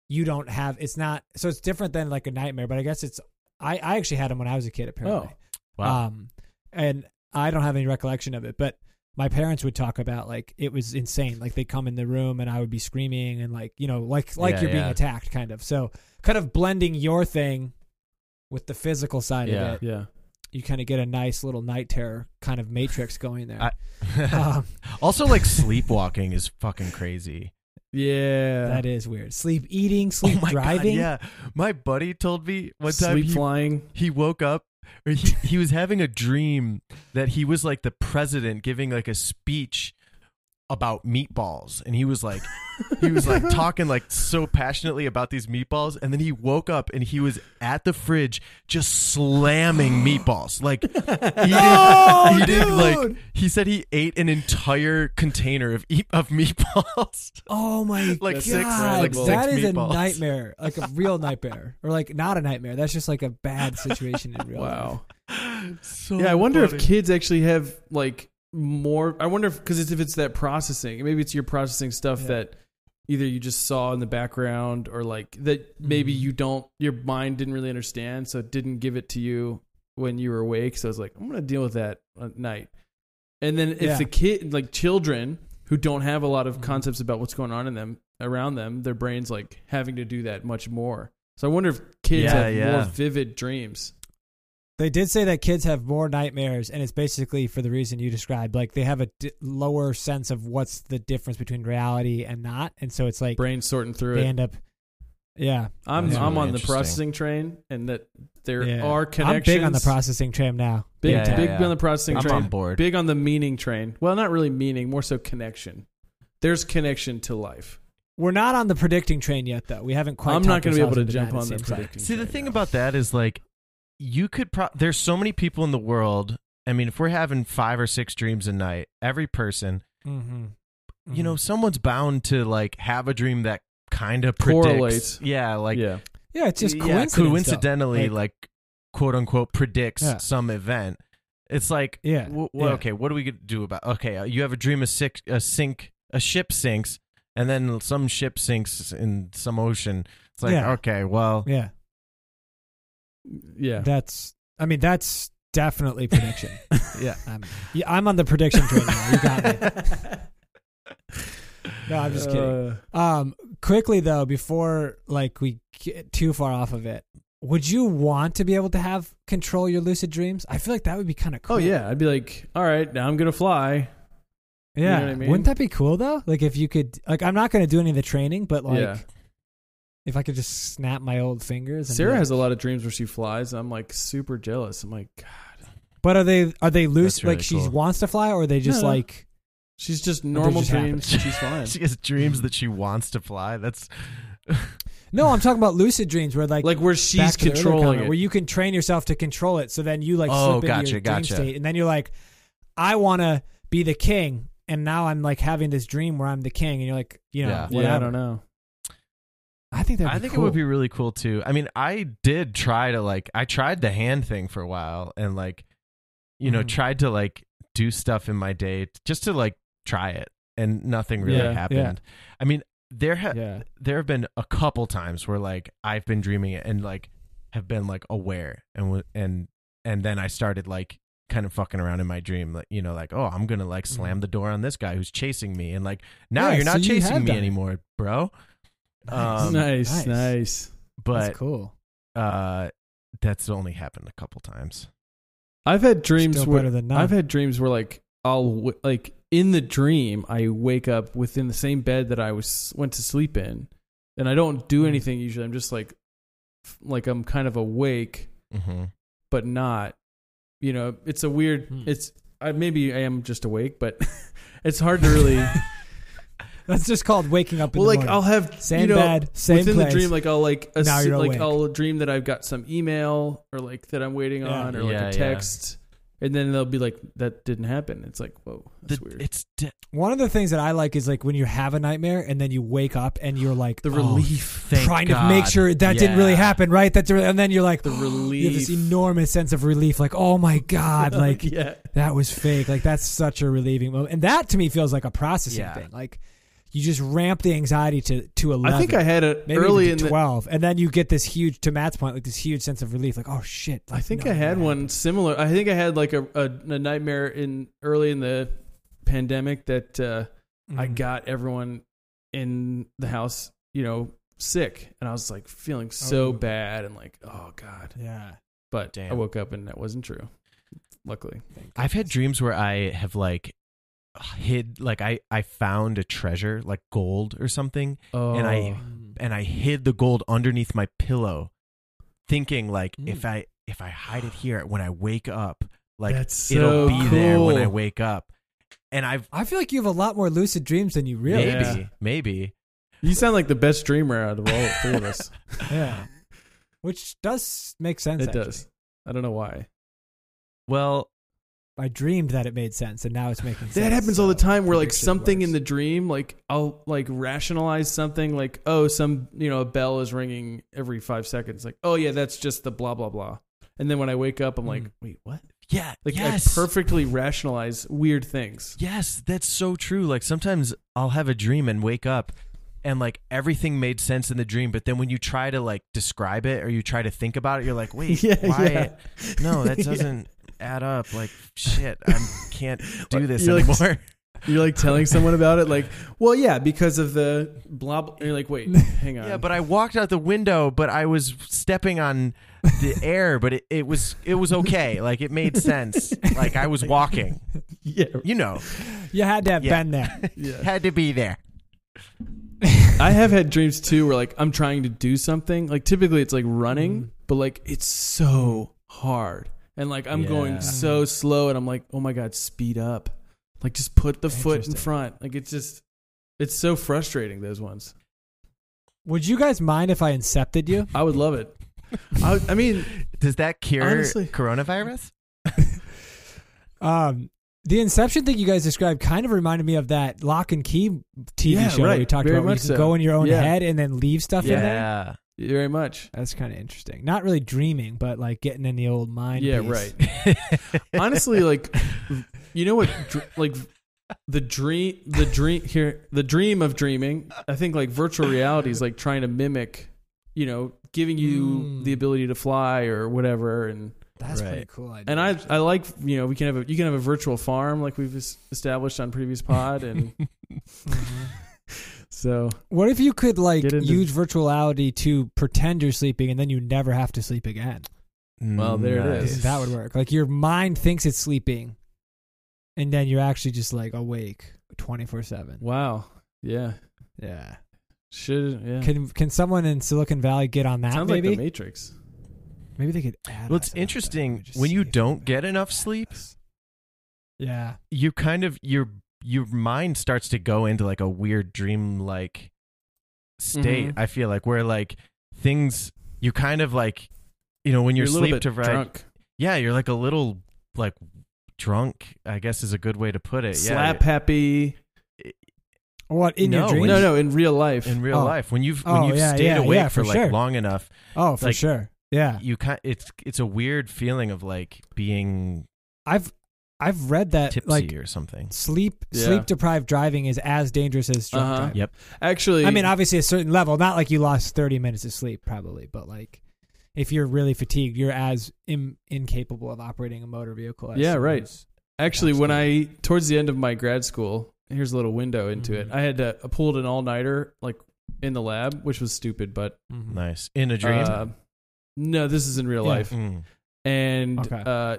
[SPEAKER 3] you don't have it's not so it's different than like a nightmare but i guess it's i i actually had them when i was a kid apparently
[SPEAKER 2] Oh, wow
[SPEAKER 3] um, and I don't have any recollection of it, but my parents would talk about like it was insane. Like they'd come in the room and I would be screaming and like, you know, like like
[SPEAKER 2] Yeah,
[SPEAKER 3] you're being
[SPEAKER 2] yeah.
[SPEAKER 3] attacked kind of. So kind of blending your thing with the physical side
[SPEAKER 2] Yeah.
[SPEAKER 3] of it,
[SPEAKER 1] yeah.
[SPEAKER 3] you kind of get a nice little night terror kind of matrix going there. um,
[SPEAKER 2] also like sleepwalking is fucking crazy Oh
[SPEAKER 1] Yeah. Oh
[SPEAKER 3] that is weird. Sleep eating, sleep driving.
[SPEAKER 2] God, yeah my buddy told me one time
[SPEAKER 1] Sleep
[SPEAKER 2] he
[SPEAKER 1] flying.
[SPEAKER 2] he woke up or he, he was having a dream that he was like the president giving like a speech about meatballs and he was like he was like talking like so passionately about these meatballs and then he woke up and he was at the fridge just slamming meatballs like eating, eating like he said he ate an entire container of eat, of meatballs
[SPEAKER 3] Oh my
[SPEAKER 2] Like
[SPEAKER 3] god!
[SPEAKER 1] six- like six
[SPEAKER 3] that is
[SPEAKER 2] meatballs.
[SPEAKER 3] a nightmare, like a real nightmare, or like not a nightmare. That's just like a bad situation in real life.
[SPEAKER 1] Wow.
[SPEAKER 2] so
[SPEAKER 1] yeah, I wonder if
[SPEAKER 2] funny.
[SPEAKER 1] kids actually have like more. I wonder if because it's if it's that processing. Maybe it's your processing stuff
[SPEAKER 3] Yeah.
[SPEAKER 1] that either you just saw in the background or like that maybe
[SPEAKER 3] Mhm.
[SPEAKER 1] you don't your mind didn't really understand so it didn't give it to you when you were awake so it's like i'm gonna deal with that at night and then if
[SPEAKER 3] Yeah.
[SPEAKER 1] the kid like children who don't have a lot of
[SPEAKER 3] Mhm.
[SPEAKER 1] concepts about what's going on in them around them their brains like having to do that much more so i wonder if kids
[SPEAKER 2] Yeah,
[SPEAKER 1] have more
[SPEAKER 2] yeah.
[SPEAKER 1] vivid dreams
[SPEAKER 3] They did say that kids have more nightmares, and it's basically for the reason you described. Like they have a d- lower sense of what's the difference between reality and not, and so it's like
[SPEAKER 1] brain sorting through
[SPEAKER 3] they
[SPEAKER 1] it
[SPEAKER 3] end up. Yeah,
[SPEAKER 1] I'm
[SPEAKER 2] That's
[SPEAKER 1] I'm
[SPEAKER 2] really
[SPEAKER 1] on the
[SPEAKER 2] interesting.
[SPEAKER 1] processing train, and that there
[SPEAKER 3] yeah.
[SPEAKER 1] are connections.
[SPEAKER 3] I'm big on the processing tram now.
[SPEAKER 1] Big,
[SPEAKER 2] Yeah, yeah,
[SPEAKER 1] big
[SPEAKER 2] yeah.
[SPEAKER 1] on the processing
[SPEAKER 2] i'm
[SPEAKER 1] train.
[SPEAKER 2] on board
[SPEAKER 1] Big on the meaning train. Well, not really meaning, more so connection. There's connection to life.
[SPEAKER 3] We're not on the predicting train yet, though. We haven't quite.
[SPEAKER 1] I'm not
[SPEAKER 3] going
[SPEAKER 1] going to be able to jump on the
[SPEAKER 3] the
[SPEAKER 1] predicting.
[SPEAKER 2] See, the
[SPEAKER 1] train
[SPEAKER 2] thing
[SPEAKER 1] now.
[SPEAKER 2] about that is like, you could pro- there's so many people in the world. I mean, if we're having five or six dreams a night, every person,
[SPEAKER 3] Mm-hmm.
[SPEAKER 2] you know, someone's bound to like have a dream that kind of predicts.
[SPEAKER 1] Correlates.
[SPEAKER 2] Yeah, like
[SPEAKER 1] yeah,
[SPEAKER 3] yeah, it's just
[SPEAKER 2] yeah,
[SPEAKER 3] coincidence, though.
[SPEAKER 2] coincidentally,
[SPEAKER 3] Like,
[SPEAKER 2] like, quote unquote predicts
[SPEAKER 3] Yeah.
[SPEAKER 2] some event. It's like,
[SPEAKER 3] yeah,
[SPEAKER 2] wh- wh-
[SPEAKER 3] yeah.
[SPEAKER 2] okay, what do we could do about? Okay, uh, you have a dream a sink, a sink, a ship sinks, and then some ship sinks in some ocean. It's like,
[SPEAKER 3] Yeah.
[SPEAKER 2] okay, well,
[SPEAKER 3] yeah.
[SPEAKER 1] Yeah.
[SPEAKER 3] That's. I mean, that's definitely prediction.
[SPEAKER 2] Yeah.
[SPEAKER 3] I'm, yeah, I'm on the prediction train now. You got me. No, I'm just kidding.
[SPEAKER 1] Uh,
[SPEAKER 3] Um, quickly though, before like we get too far off of it, would you want to be able to have control your lucid dreams? I feel like that would be kind of cool.
[SPEAKER 1] oh yeah, I'd be like, all right, now I'm gonna fly. know
[SPEAKER 3] yeah.
[SPEAKER 1] what I mean?
[SPEAKER 3] Wouldn't that be cool though? Like if you could, like I'm not going to do any of the training, but like
[SPEAKER 1] Yeah.
[SPEAKER 3] if I could just snap my old fingers. And be
[SPEAKER 1] Sarah
[SPEAKER 3] like-
[SPEAKER 1] has a lot of dreams where she flies. I'm like super jealous. I'm like, God.
[SPEAKER 3] but are they are they loose?
[SPEAKER 2] That's really
[SPEAKER 3] like she
[SPEAKER 2] cool.
[SPEAKER 3] wants to fly, or are they just
[SPEAKER 1] No, no.
[SPEAKER 3] like
[SPEAKER 1] she's just
[SPEAKER 3] they
[SPEAKER 1] normal
[SPEAKER 3] just happen.
[SPEAKER 1] dreams. She's fine.
[SPEAKER 2] she has dreams that she wants to fly. That's
[SPEAKER 3] no? I'm talking about lucid dreams where like.
[SPEAKER 1] like where
[SPEAKER 3] back
[SPEAKER 1] she's
[SPEAKER 3] to the earlier
[SPEAKER 1] controlling
[SPEAKER 3] comment,
[SPEAKER 1] it.
[SPEAKER 3] where you can train yourself to control it. So then you like
[SPEAKER 2] Oh,
[SPEAKER 3] slip into
[SPEAKER 2] gotcha,
[SPEAKER 3] your
[SPEAKER 2] gotcha.
[SPEAKER 3] dream state, and then you're like, I want to be the king, and now I'm like having this dream where I'm the king, and you're like, you know,
[SPEAKER 2] Yeah.
[SPEAKER 1] yeah,
[SPEAKER 3] whatever.
[SPEAKER 1] I don't know.
[SPEAKER 3] I think that.
[SPEAKER 2] I think it would be really cool too. I mean, I did try to like I tried the hand thing for a while and like you know,
[SPEAKER 3] Mhm.
[SPEAKER 2] tried to like do stuff in my day t- just to like try it and nothing really
[SPEAKER 1] Yeah, yeah.
[SPEAKER 2] happened. I mean, there ha-
[SPEAKER 1] Yeah.
[SPEAKER 2] there have been a couple times where like I've been dreaming it and like have been like aware and w- and and then I started like kind of fucking around in my dream like you know like oh I'm going to like slam the door on this guy who's chasing me and like
[SPEAKER 3] Mm-hmm.
[SPEAKER 2] now
[SPEAKER 3] Yeah,
[SPEAKER 2] you're
[SPEAKER 3] so
[SPEAKER 2] not
[SPEAKER 3] you have
[SPEAKER 2] chasing me
[SPEAKER 3] done it.
[SPEAKER 2] anymore bro
[SPEAKER 3] Nice.
[SPEAKER 2] um
[SPEAKER 1] nice,
[SPEAKER 3] nice.
[SPEAKER 1] nice,
[SPEAKER 2] but
[SPEAKER 3] That's cool.
[SPEAKER 2] uh that's only happened a couple times
[SPEAKER 1] I've had dreams
[SPEAKER 3] Still
[SPEAKER 1] where
[SPEAKER 3] better than none.
[SPEAKER 1] I've had dreams where like I'll w- like in the dream I wake up within the same bed that I was went to sleep in, and I don't do
[SPEAKER 3] Mm.
[SPEAKER 1] anything usually. I'm just like f- like I'm kind of awake
[SPEAKER 2] mm-hmm.
[SPEAKER 1] but not. You know, it's a weird.
[SPEAKER 3] Hmm.
[SPEAKER 1] It's I maybe I am just awake, but it's hard to really.
[SPEAKER 3] That's just called waking up. In
[SPEAKER 1] well,
[SPEAKER 3] the
[SPEAKER 1] like
[SPEAKER 3] morning.
[SPEAKER 1] I'll have
[SPEAKER 3] Same
[SPEAKER 1] you know,
[SPEAKER 3] bed, same
[SPEAKER 1] within
[SPEAKER 3] place.
[SPEAKER 1] the dream, like I'll like
[SPEAKER 3] Now
[SPEAKER 1] assi-
[SPEAKER 3] you're
[SPEAKER 1] like
[SPEAKER 3] awake.
[SPEAKER 1] I'll dream that I've got some email or like that I'm waiting
[SPEAKER 3] Yeah.
[SPEAKER 1] on or
[SPEAKER 2] Yeah, yeah.
[SPEAKER 1] like a text, and then they'll be like that didn't happen. It's like whoa, that's weird.
[SPEAKER 2] it's de-
[SPEAKER 3] One of the things that I like is like when you have a nightmare and then you wake up and you're like
[SPEAKER 1] the
[SPEAKER 3] "Oh,
[SPEAKER 1] relief,
[SPEAKER 2] thank
[SPEAKER 3] trying to make
[SPEAKER 2] God.
[SPEAKER 3] sure that didn't
[SPEAKER 2] Yeah.
[SPEAKER 3] really happen, right? That's re- and then you're like
[SPEAKER 1] the
[SPEAKER 3] you have
[SPEAKER 1] relief,
[SPEAKER 3] this enormous sense of relief, like oh my god, like
[SPEAKER 1] yeah,
[SPEAKER 3] that was fake. Like that's such a relieving moment, and that to me feels like a processing
[SPEAKER 2] Yeah.
[SPEAKER 3] thing. Like you just ramp the anxiety to to eleven.
[SPEAKER 1] I think I had it
[SPEAKER 3] maybe
[SPEAKER 1] early in
[SPEAKER 3] even to
[SPEAKER 1] the.
[SPEAKER 3] twelve, and then you get this huge to Matt's point, like this huge sense of relief. Like oh shit.
[SPEAKER 1] I
[SPEAKER 3] like,
[SPEAKER 1] think
[SPEAKER 3] no,
[SPEAKER 1] I had
[SPEAKER 3] no.
[SPEAKER 1] one similar. I think I had like a, a, a nightmare in early in the pandemic that uh, I
[SPEAKER 3] Mhm.
[SPEAKER 1] got everyone in the house, you know, sick, and I was like feeling so
[SPEAKER 3] Oh.
[SPEAKER 1] bad and like, oh god.
[SPEAKER 3] Yeah.
[SPEAKER 1] But I
[SPEAKER 2] Damn.
[SPEAKER 1] woke up and that wasn't true. Luckily,
[SPEAKER 2] i've had dreams where i have like hid like i i found a treasure like gold or something
[SPEAKER 1] oh,
[SPEAKER 2] And I- and i hid the gold underneath my pillow thinking like
[SPEAKER 3] Mm.
[SPEAKER 2] if i if i hide it here when i wake up like
[SPEAKER 1] That's so
[SPEAKER 2] it'll be there when i
[SPEAKER 1] cool.
[SPEAKER 2] wake up and i've
[SPEAKER 3] I feel like you have a lot more lucid dreams than you realize.
[SPEAKER 2] maybe
[SPEAKER 1] Yeah.
[SPEAKER 2] maybe
[SPEAKER 1] you sound like the best dreamer out of all three of us.
[SPEAKER 3] Yeah. Which does make sense.
[SPEAKER 1] it
[SPEAKER 3] actually.
[SPEAKER 1] does. I don't know why.
[SPEAKER 2] well
[SPEAKER 3] I dreamed that it made sense, and now it's making sense.
[SPEAKER 1] That happens all the
[SPEAKER 3] so
[SPEAKER 1] time where like
[SPEAKER 3] prediction
[SPEAKER 1] something
[SPEAKER 3] works.
[SPEAKER 1] in the dream, like I'll like rationalize something like, oh, some, you know, a bell is ringing every five seconds. Like, oh yeah, that's just the blah, blah, blah. And then when I wake up, I'm like,
[SPEAKER 3] Mm.
[SPEAKER 1] wait, what?
[SPEAKER 2] yeah
[SPEAKER 1] Like
[SPEAKER 2] yes.
[SPEAKER 1] I perfectly rationalize weird things.
[SPEAKER 2] Yes, that's so true. Like sometimes I'll have a dream and wake up and like everything made sense in the dream, but then when you try to like describe it or you try to think about it, you're like, wait,
[SPEAKER 1] Yeah,
[SPEAKER 2] why?
[SPEAKER 1] yeah.
[SPEAKER 2] No, that
[SPEAKER 1] Yeah.
[SPEAKER 2] doesn't add up. Like, shit, I can't do this
[SPEAKER 1] You're like-
[SPEAKER 2] anymore.
[SPEAKER 1] You're like telling someone about it, like, well, yeah, because of the blah. blah. You're like, wait, hang on.
[SPEAKER 2] yeah, but I walked out the window, but I was stepping on the air, but it, it was it was okay. Like it made sense. Like I was walking.
[SPEAKER 1] yeah,
[SPEAKER 2] You know,
[SPEAKER 3] You had to have
[SPEAKER 2] Yeah.
[SPEAKER 3] been there.
[SPEAKER 1] yeah.
[SPEAKER 2] had to be there.
[SPEAKER 1] I have had dreams too, where like I'm trying to do something. Like typically it's like running,
[SPEAKER 3] Mm-hmm.
[SPEAKER 1] but like it's so hard, and like I'm
[SPEAKER 2] Yeah.
[SPEAKER 1] going so slow, and I'm like, oh my god, speed up! Like just put the foot in
[SPEAKER 3] Interesting.
[SPEAKER 1] front. Like it's just, it's so frustrating. Those ones.
[SPEAKER 3] Would you guys mind if I incepted you?
[SPEAKER 1] I would love it. I, I mean,
[SPEAKER 2] Does that cure
[SPEAKER 1] Honestly.
[SPEAKER 2] coronavirus?
[SPEAKER 3] Um, the Inception thing you guys described kind of reminded me of that lock and key TV
[SPEAKER 1] Yeah,
[SPEAKER 3] show
[SPEAKER 1] right.
[SPEAKER 3] we talked
[SPEAKER 1] Very
[SPEAKER 3] about. Where you
[SPEAKER 1] much
[SPEAKER 3] can
[SPEAKER 1] so.
[SPEAKER 3] go in your own
[SPEAKER 1] Yeah.
[SPEAKER 3] head and then leave stuff in there.
[SPEAKER 2] Yeah.
[SPEAKER 1] very much.
[SPEAKER 3] That's kind of interesting. Not really dreaming, but like getting in the old mind.
[SPEAKER 1] Yeah,
[SPEAKER 3] piece.
[SPEAKER 1] right. honestly like you know what dr- like the dream the dream here the dream of dreaming i think like virtual reality is like trying to mimic you know giving you
[SPEAKER 3] Mm.
[SPEAKER 1] the ability to fly or whatever and
[SPEAKER 3] That's
[SPEAKER 2] Right.
[SPEAKER 3] pretty cool. Idea.
[SPEAKER 1] and I I like you know we can have a you can have a virtual farm like we've es- established on previous pod and
[SPEAKER 3] Mhm.
[SPEAKER 1] so
[SPEAKER 3] What if you could like
[SPEAKER 1] Get into-
[SPEAKER 3] use virtuality to pretend you're sleeping and then you never have to sleep again?
[SPEAKER 1] Well, there it
[SPEAKER 2] Nice.
[SPEAKER 1] is.
[SPEAKER 3] That would work. Like your mind thinks it's sleeping, and then you're actually just like awake twenty four seven.
[SPEAKER 1] wow yeah
[SPEAKER 3] Yeah.
[SPEAKER 1] should yeah
[SPEAKER 3] Can can someone in Silicon Valley get on that?
[SPEAKER 1] sounds
[SPEAKER 3] maybe
[SPEAKER 1] like the Matrix
[SPEAKER 3] maybe they could. Add
[SPEAKER 2] Well,
[SPEAKER 3] us
[SPEAKER 2] it's
[SPEAKER 3] about that.
[SPEAKER 2] interesting
[SPEAKER 3] Just
[SPEAKER 2] when
[SPEAKER 3] see
[SPEAKER 2] you
[SPEAKER 3] if we
[SPEAKER 2] don't
[SPEAKER 3] can
[SPEAKER 2] get
[SPEAKER 3] add
[SPEAKER 2] enough
[SPEAKER 3] us.
[SPEAKER 2] sleep.
[SPEAKER 3] Yeah.
[SPEAKER 2] You kind of your your mind starts to go into like a weird dream like state.
[SPEAKER 3] Mm-hmm.
[SPEAKER 1] Mhm.
[SPEAKER 2] I feel like where like things you kind of like you know when you're,
[SPEAKER 1] a little
[SPEAKER 2] sleep
[SPEAKER 1] bit
[SPEAKER 2] deprived.
[SPEAKER 1] drunk
[SPEAKER 2] Yeah, you're like a little like drunk. I guess is a good way to put it.
[SPEAKER 1] slap
[SPEAKER 2] yeah,
[SPEAKER 1] happy
[SPEAKER 3] Or what in
[SPEAKER 2] No,
[SPEAKER 3] your dreams?
[SPEAKER 1] no no in real life
[SPEAKER 2] in real
[SPEAKER 3] Oh.
[SPEAKER 2] life when you've when
[SPEAKER 3] Oh,
[SPEAKER 2] you've
[SPEAKER 3] yeah,
[SPEAKER 2] stayed
[SPEAKER 3] yeah,
[SPEAKER 2] awake
[SPEAKER 3] yeah,
[SPEAKER 2] for,
[SPEAKER 3] for
[SPEAKER 2] like
[SPEAKER 3] sure.
[SPEAKER 2] long enough,
[SPEAKER 3] Oh, for
[SPEAKER 2] like-
[SPEAKER 3] sure. Yeah.
[SPEAKER 2] you kind it's it's a weird feeling of like being
[SPEAKER 3] I've I've read that
[SPEAKER 2] tipsy
[SPEAKER 3] like
[SPEAKER 2] or something.
[SPEAKER 3] sleep
[SPEAKER 1] Yeah.
[SPEAKER 3] sleep deprived driving is as dangerous as drunk
[SPEAKER 1] Uh-huh.
[SPEAKER 3] driving.
[SPEAKER 2] Yep.
[SPEAKER 1] actually
[SPEAKER 3] I mean, obviously a certain level. Not like you lost thirty minutes of sleep, probably, but like if you're really fatigued, you're as Im- incapable of operating a motor vehicle. As
[SPEAKER 1] Yeah,
[SPEAKER 3] someone
[SPEAKER 1] right.
[SPEAKER 3] who's-
[SPEAKER 1] Actually, when I towards the end of my grad school, here's a little window into it.
[SPEAKER 2] Mm-hmm.
[SPEAKER 3] Mhm.
[SPEAKER 1] I had to I pulled an all nighter like in the lab, which was stupid, but
[SPEAKER 3] Mm-hmm.
[SPEAKER 2] Nice in a dream.
[SPEAKER 1] uh, no, this is in real
[SPEAKER 3] Yeah.
[SPEAKER 1] life,
[SPEAKER 2] Mm.
[SPEAKER 1] and
[SPEAKER 3] Okay.
[SPEAKER 1] uh,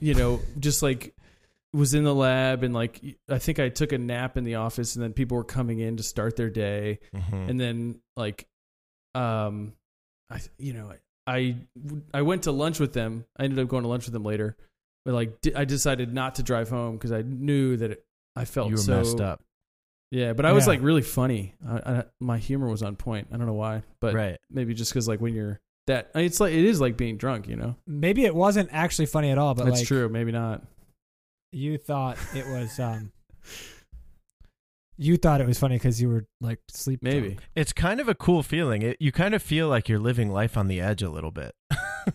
[SPEAKER 1] you know, just like was in the lab, and like I think I took a nap in the office, and then people were coming in to start their day,
[SPEAKER 2] Mhm.
[SPEAKER 1] and then like um i you know i i went to lunch with them i ended up going to lunch with them later but like di- i decided not to drive home because i knew that it, i felt
[SPEAKER 2] you were
[SPEAKER 1] so
[SPEAKER 2] messed up,
[SPEAKER 1] yeah but i was
[SPEAKER 3] Yeah.
[SPEAKER 1] like really funny I, I, my humor was on point i don't know why but
[SPEAKER 2] right?
[SPEAKER 1] maybe just because like when you're that I mean, it's like it is like being drunk you know
[SPEAKER 3] Maybe it wasn't actually funny at all, but
[SPEAKER 1] that's
[SPEAKER 3] like
[SPEAKER 1] true maybe not
[SPEAKER 3] you thought it was. um You thought it was funny because you were like sleep.
[SPEAKER 1] maybe
[SPEAKER 3] drunk.
[SPEAKER 2] It's kind of a cool feeling. It, you kind of feel like you're living life on the edge a little bit.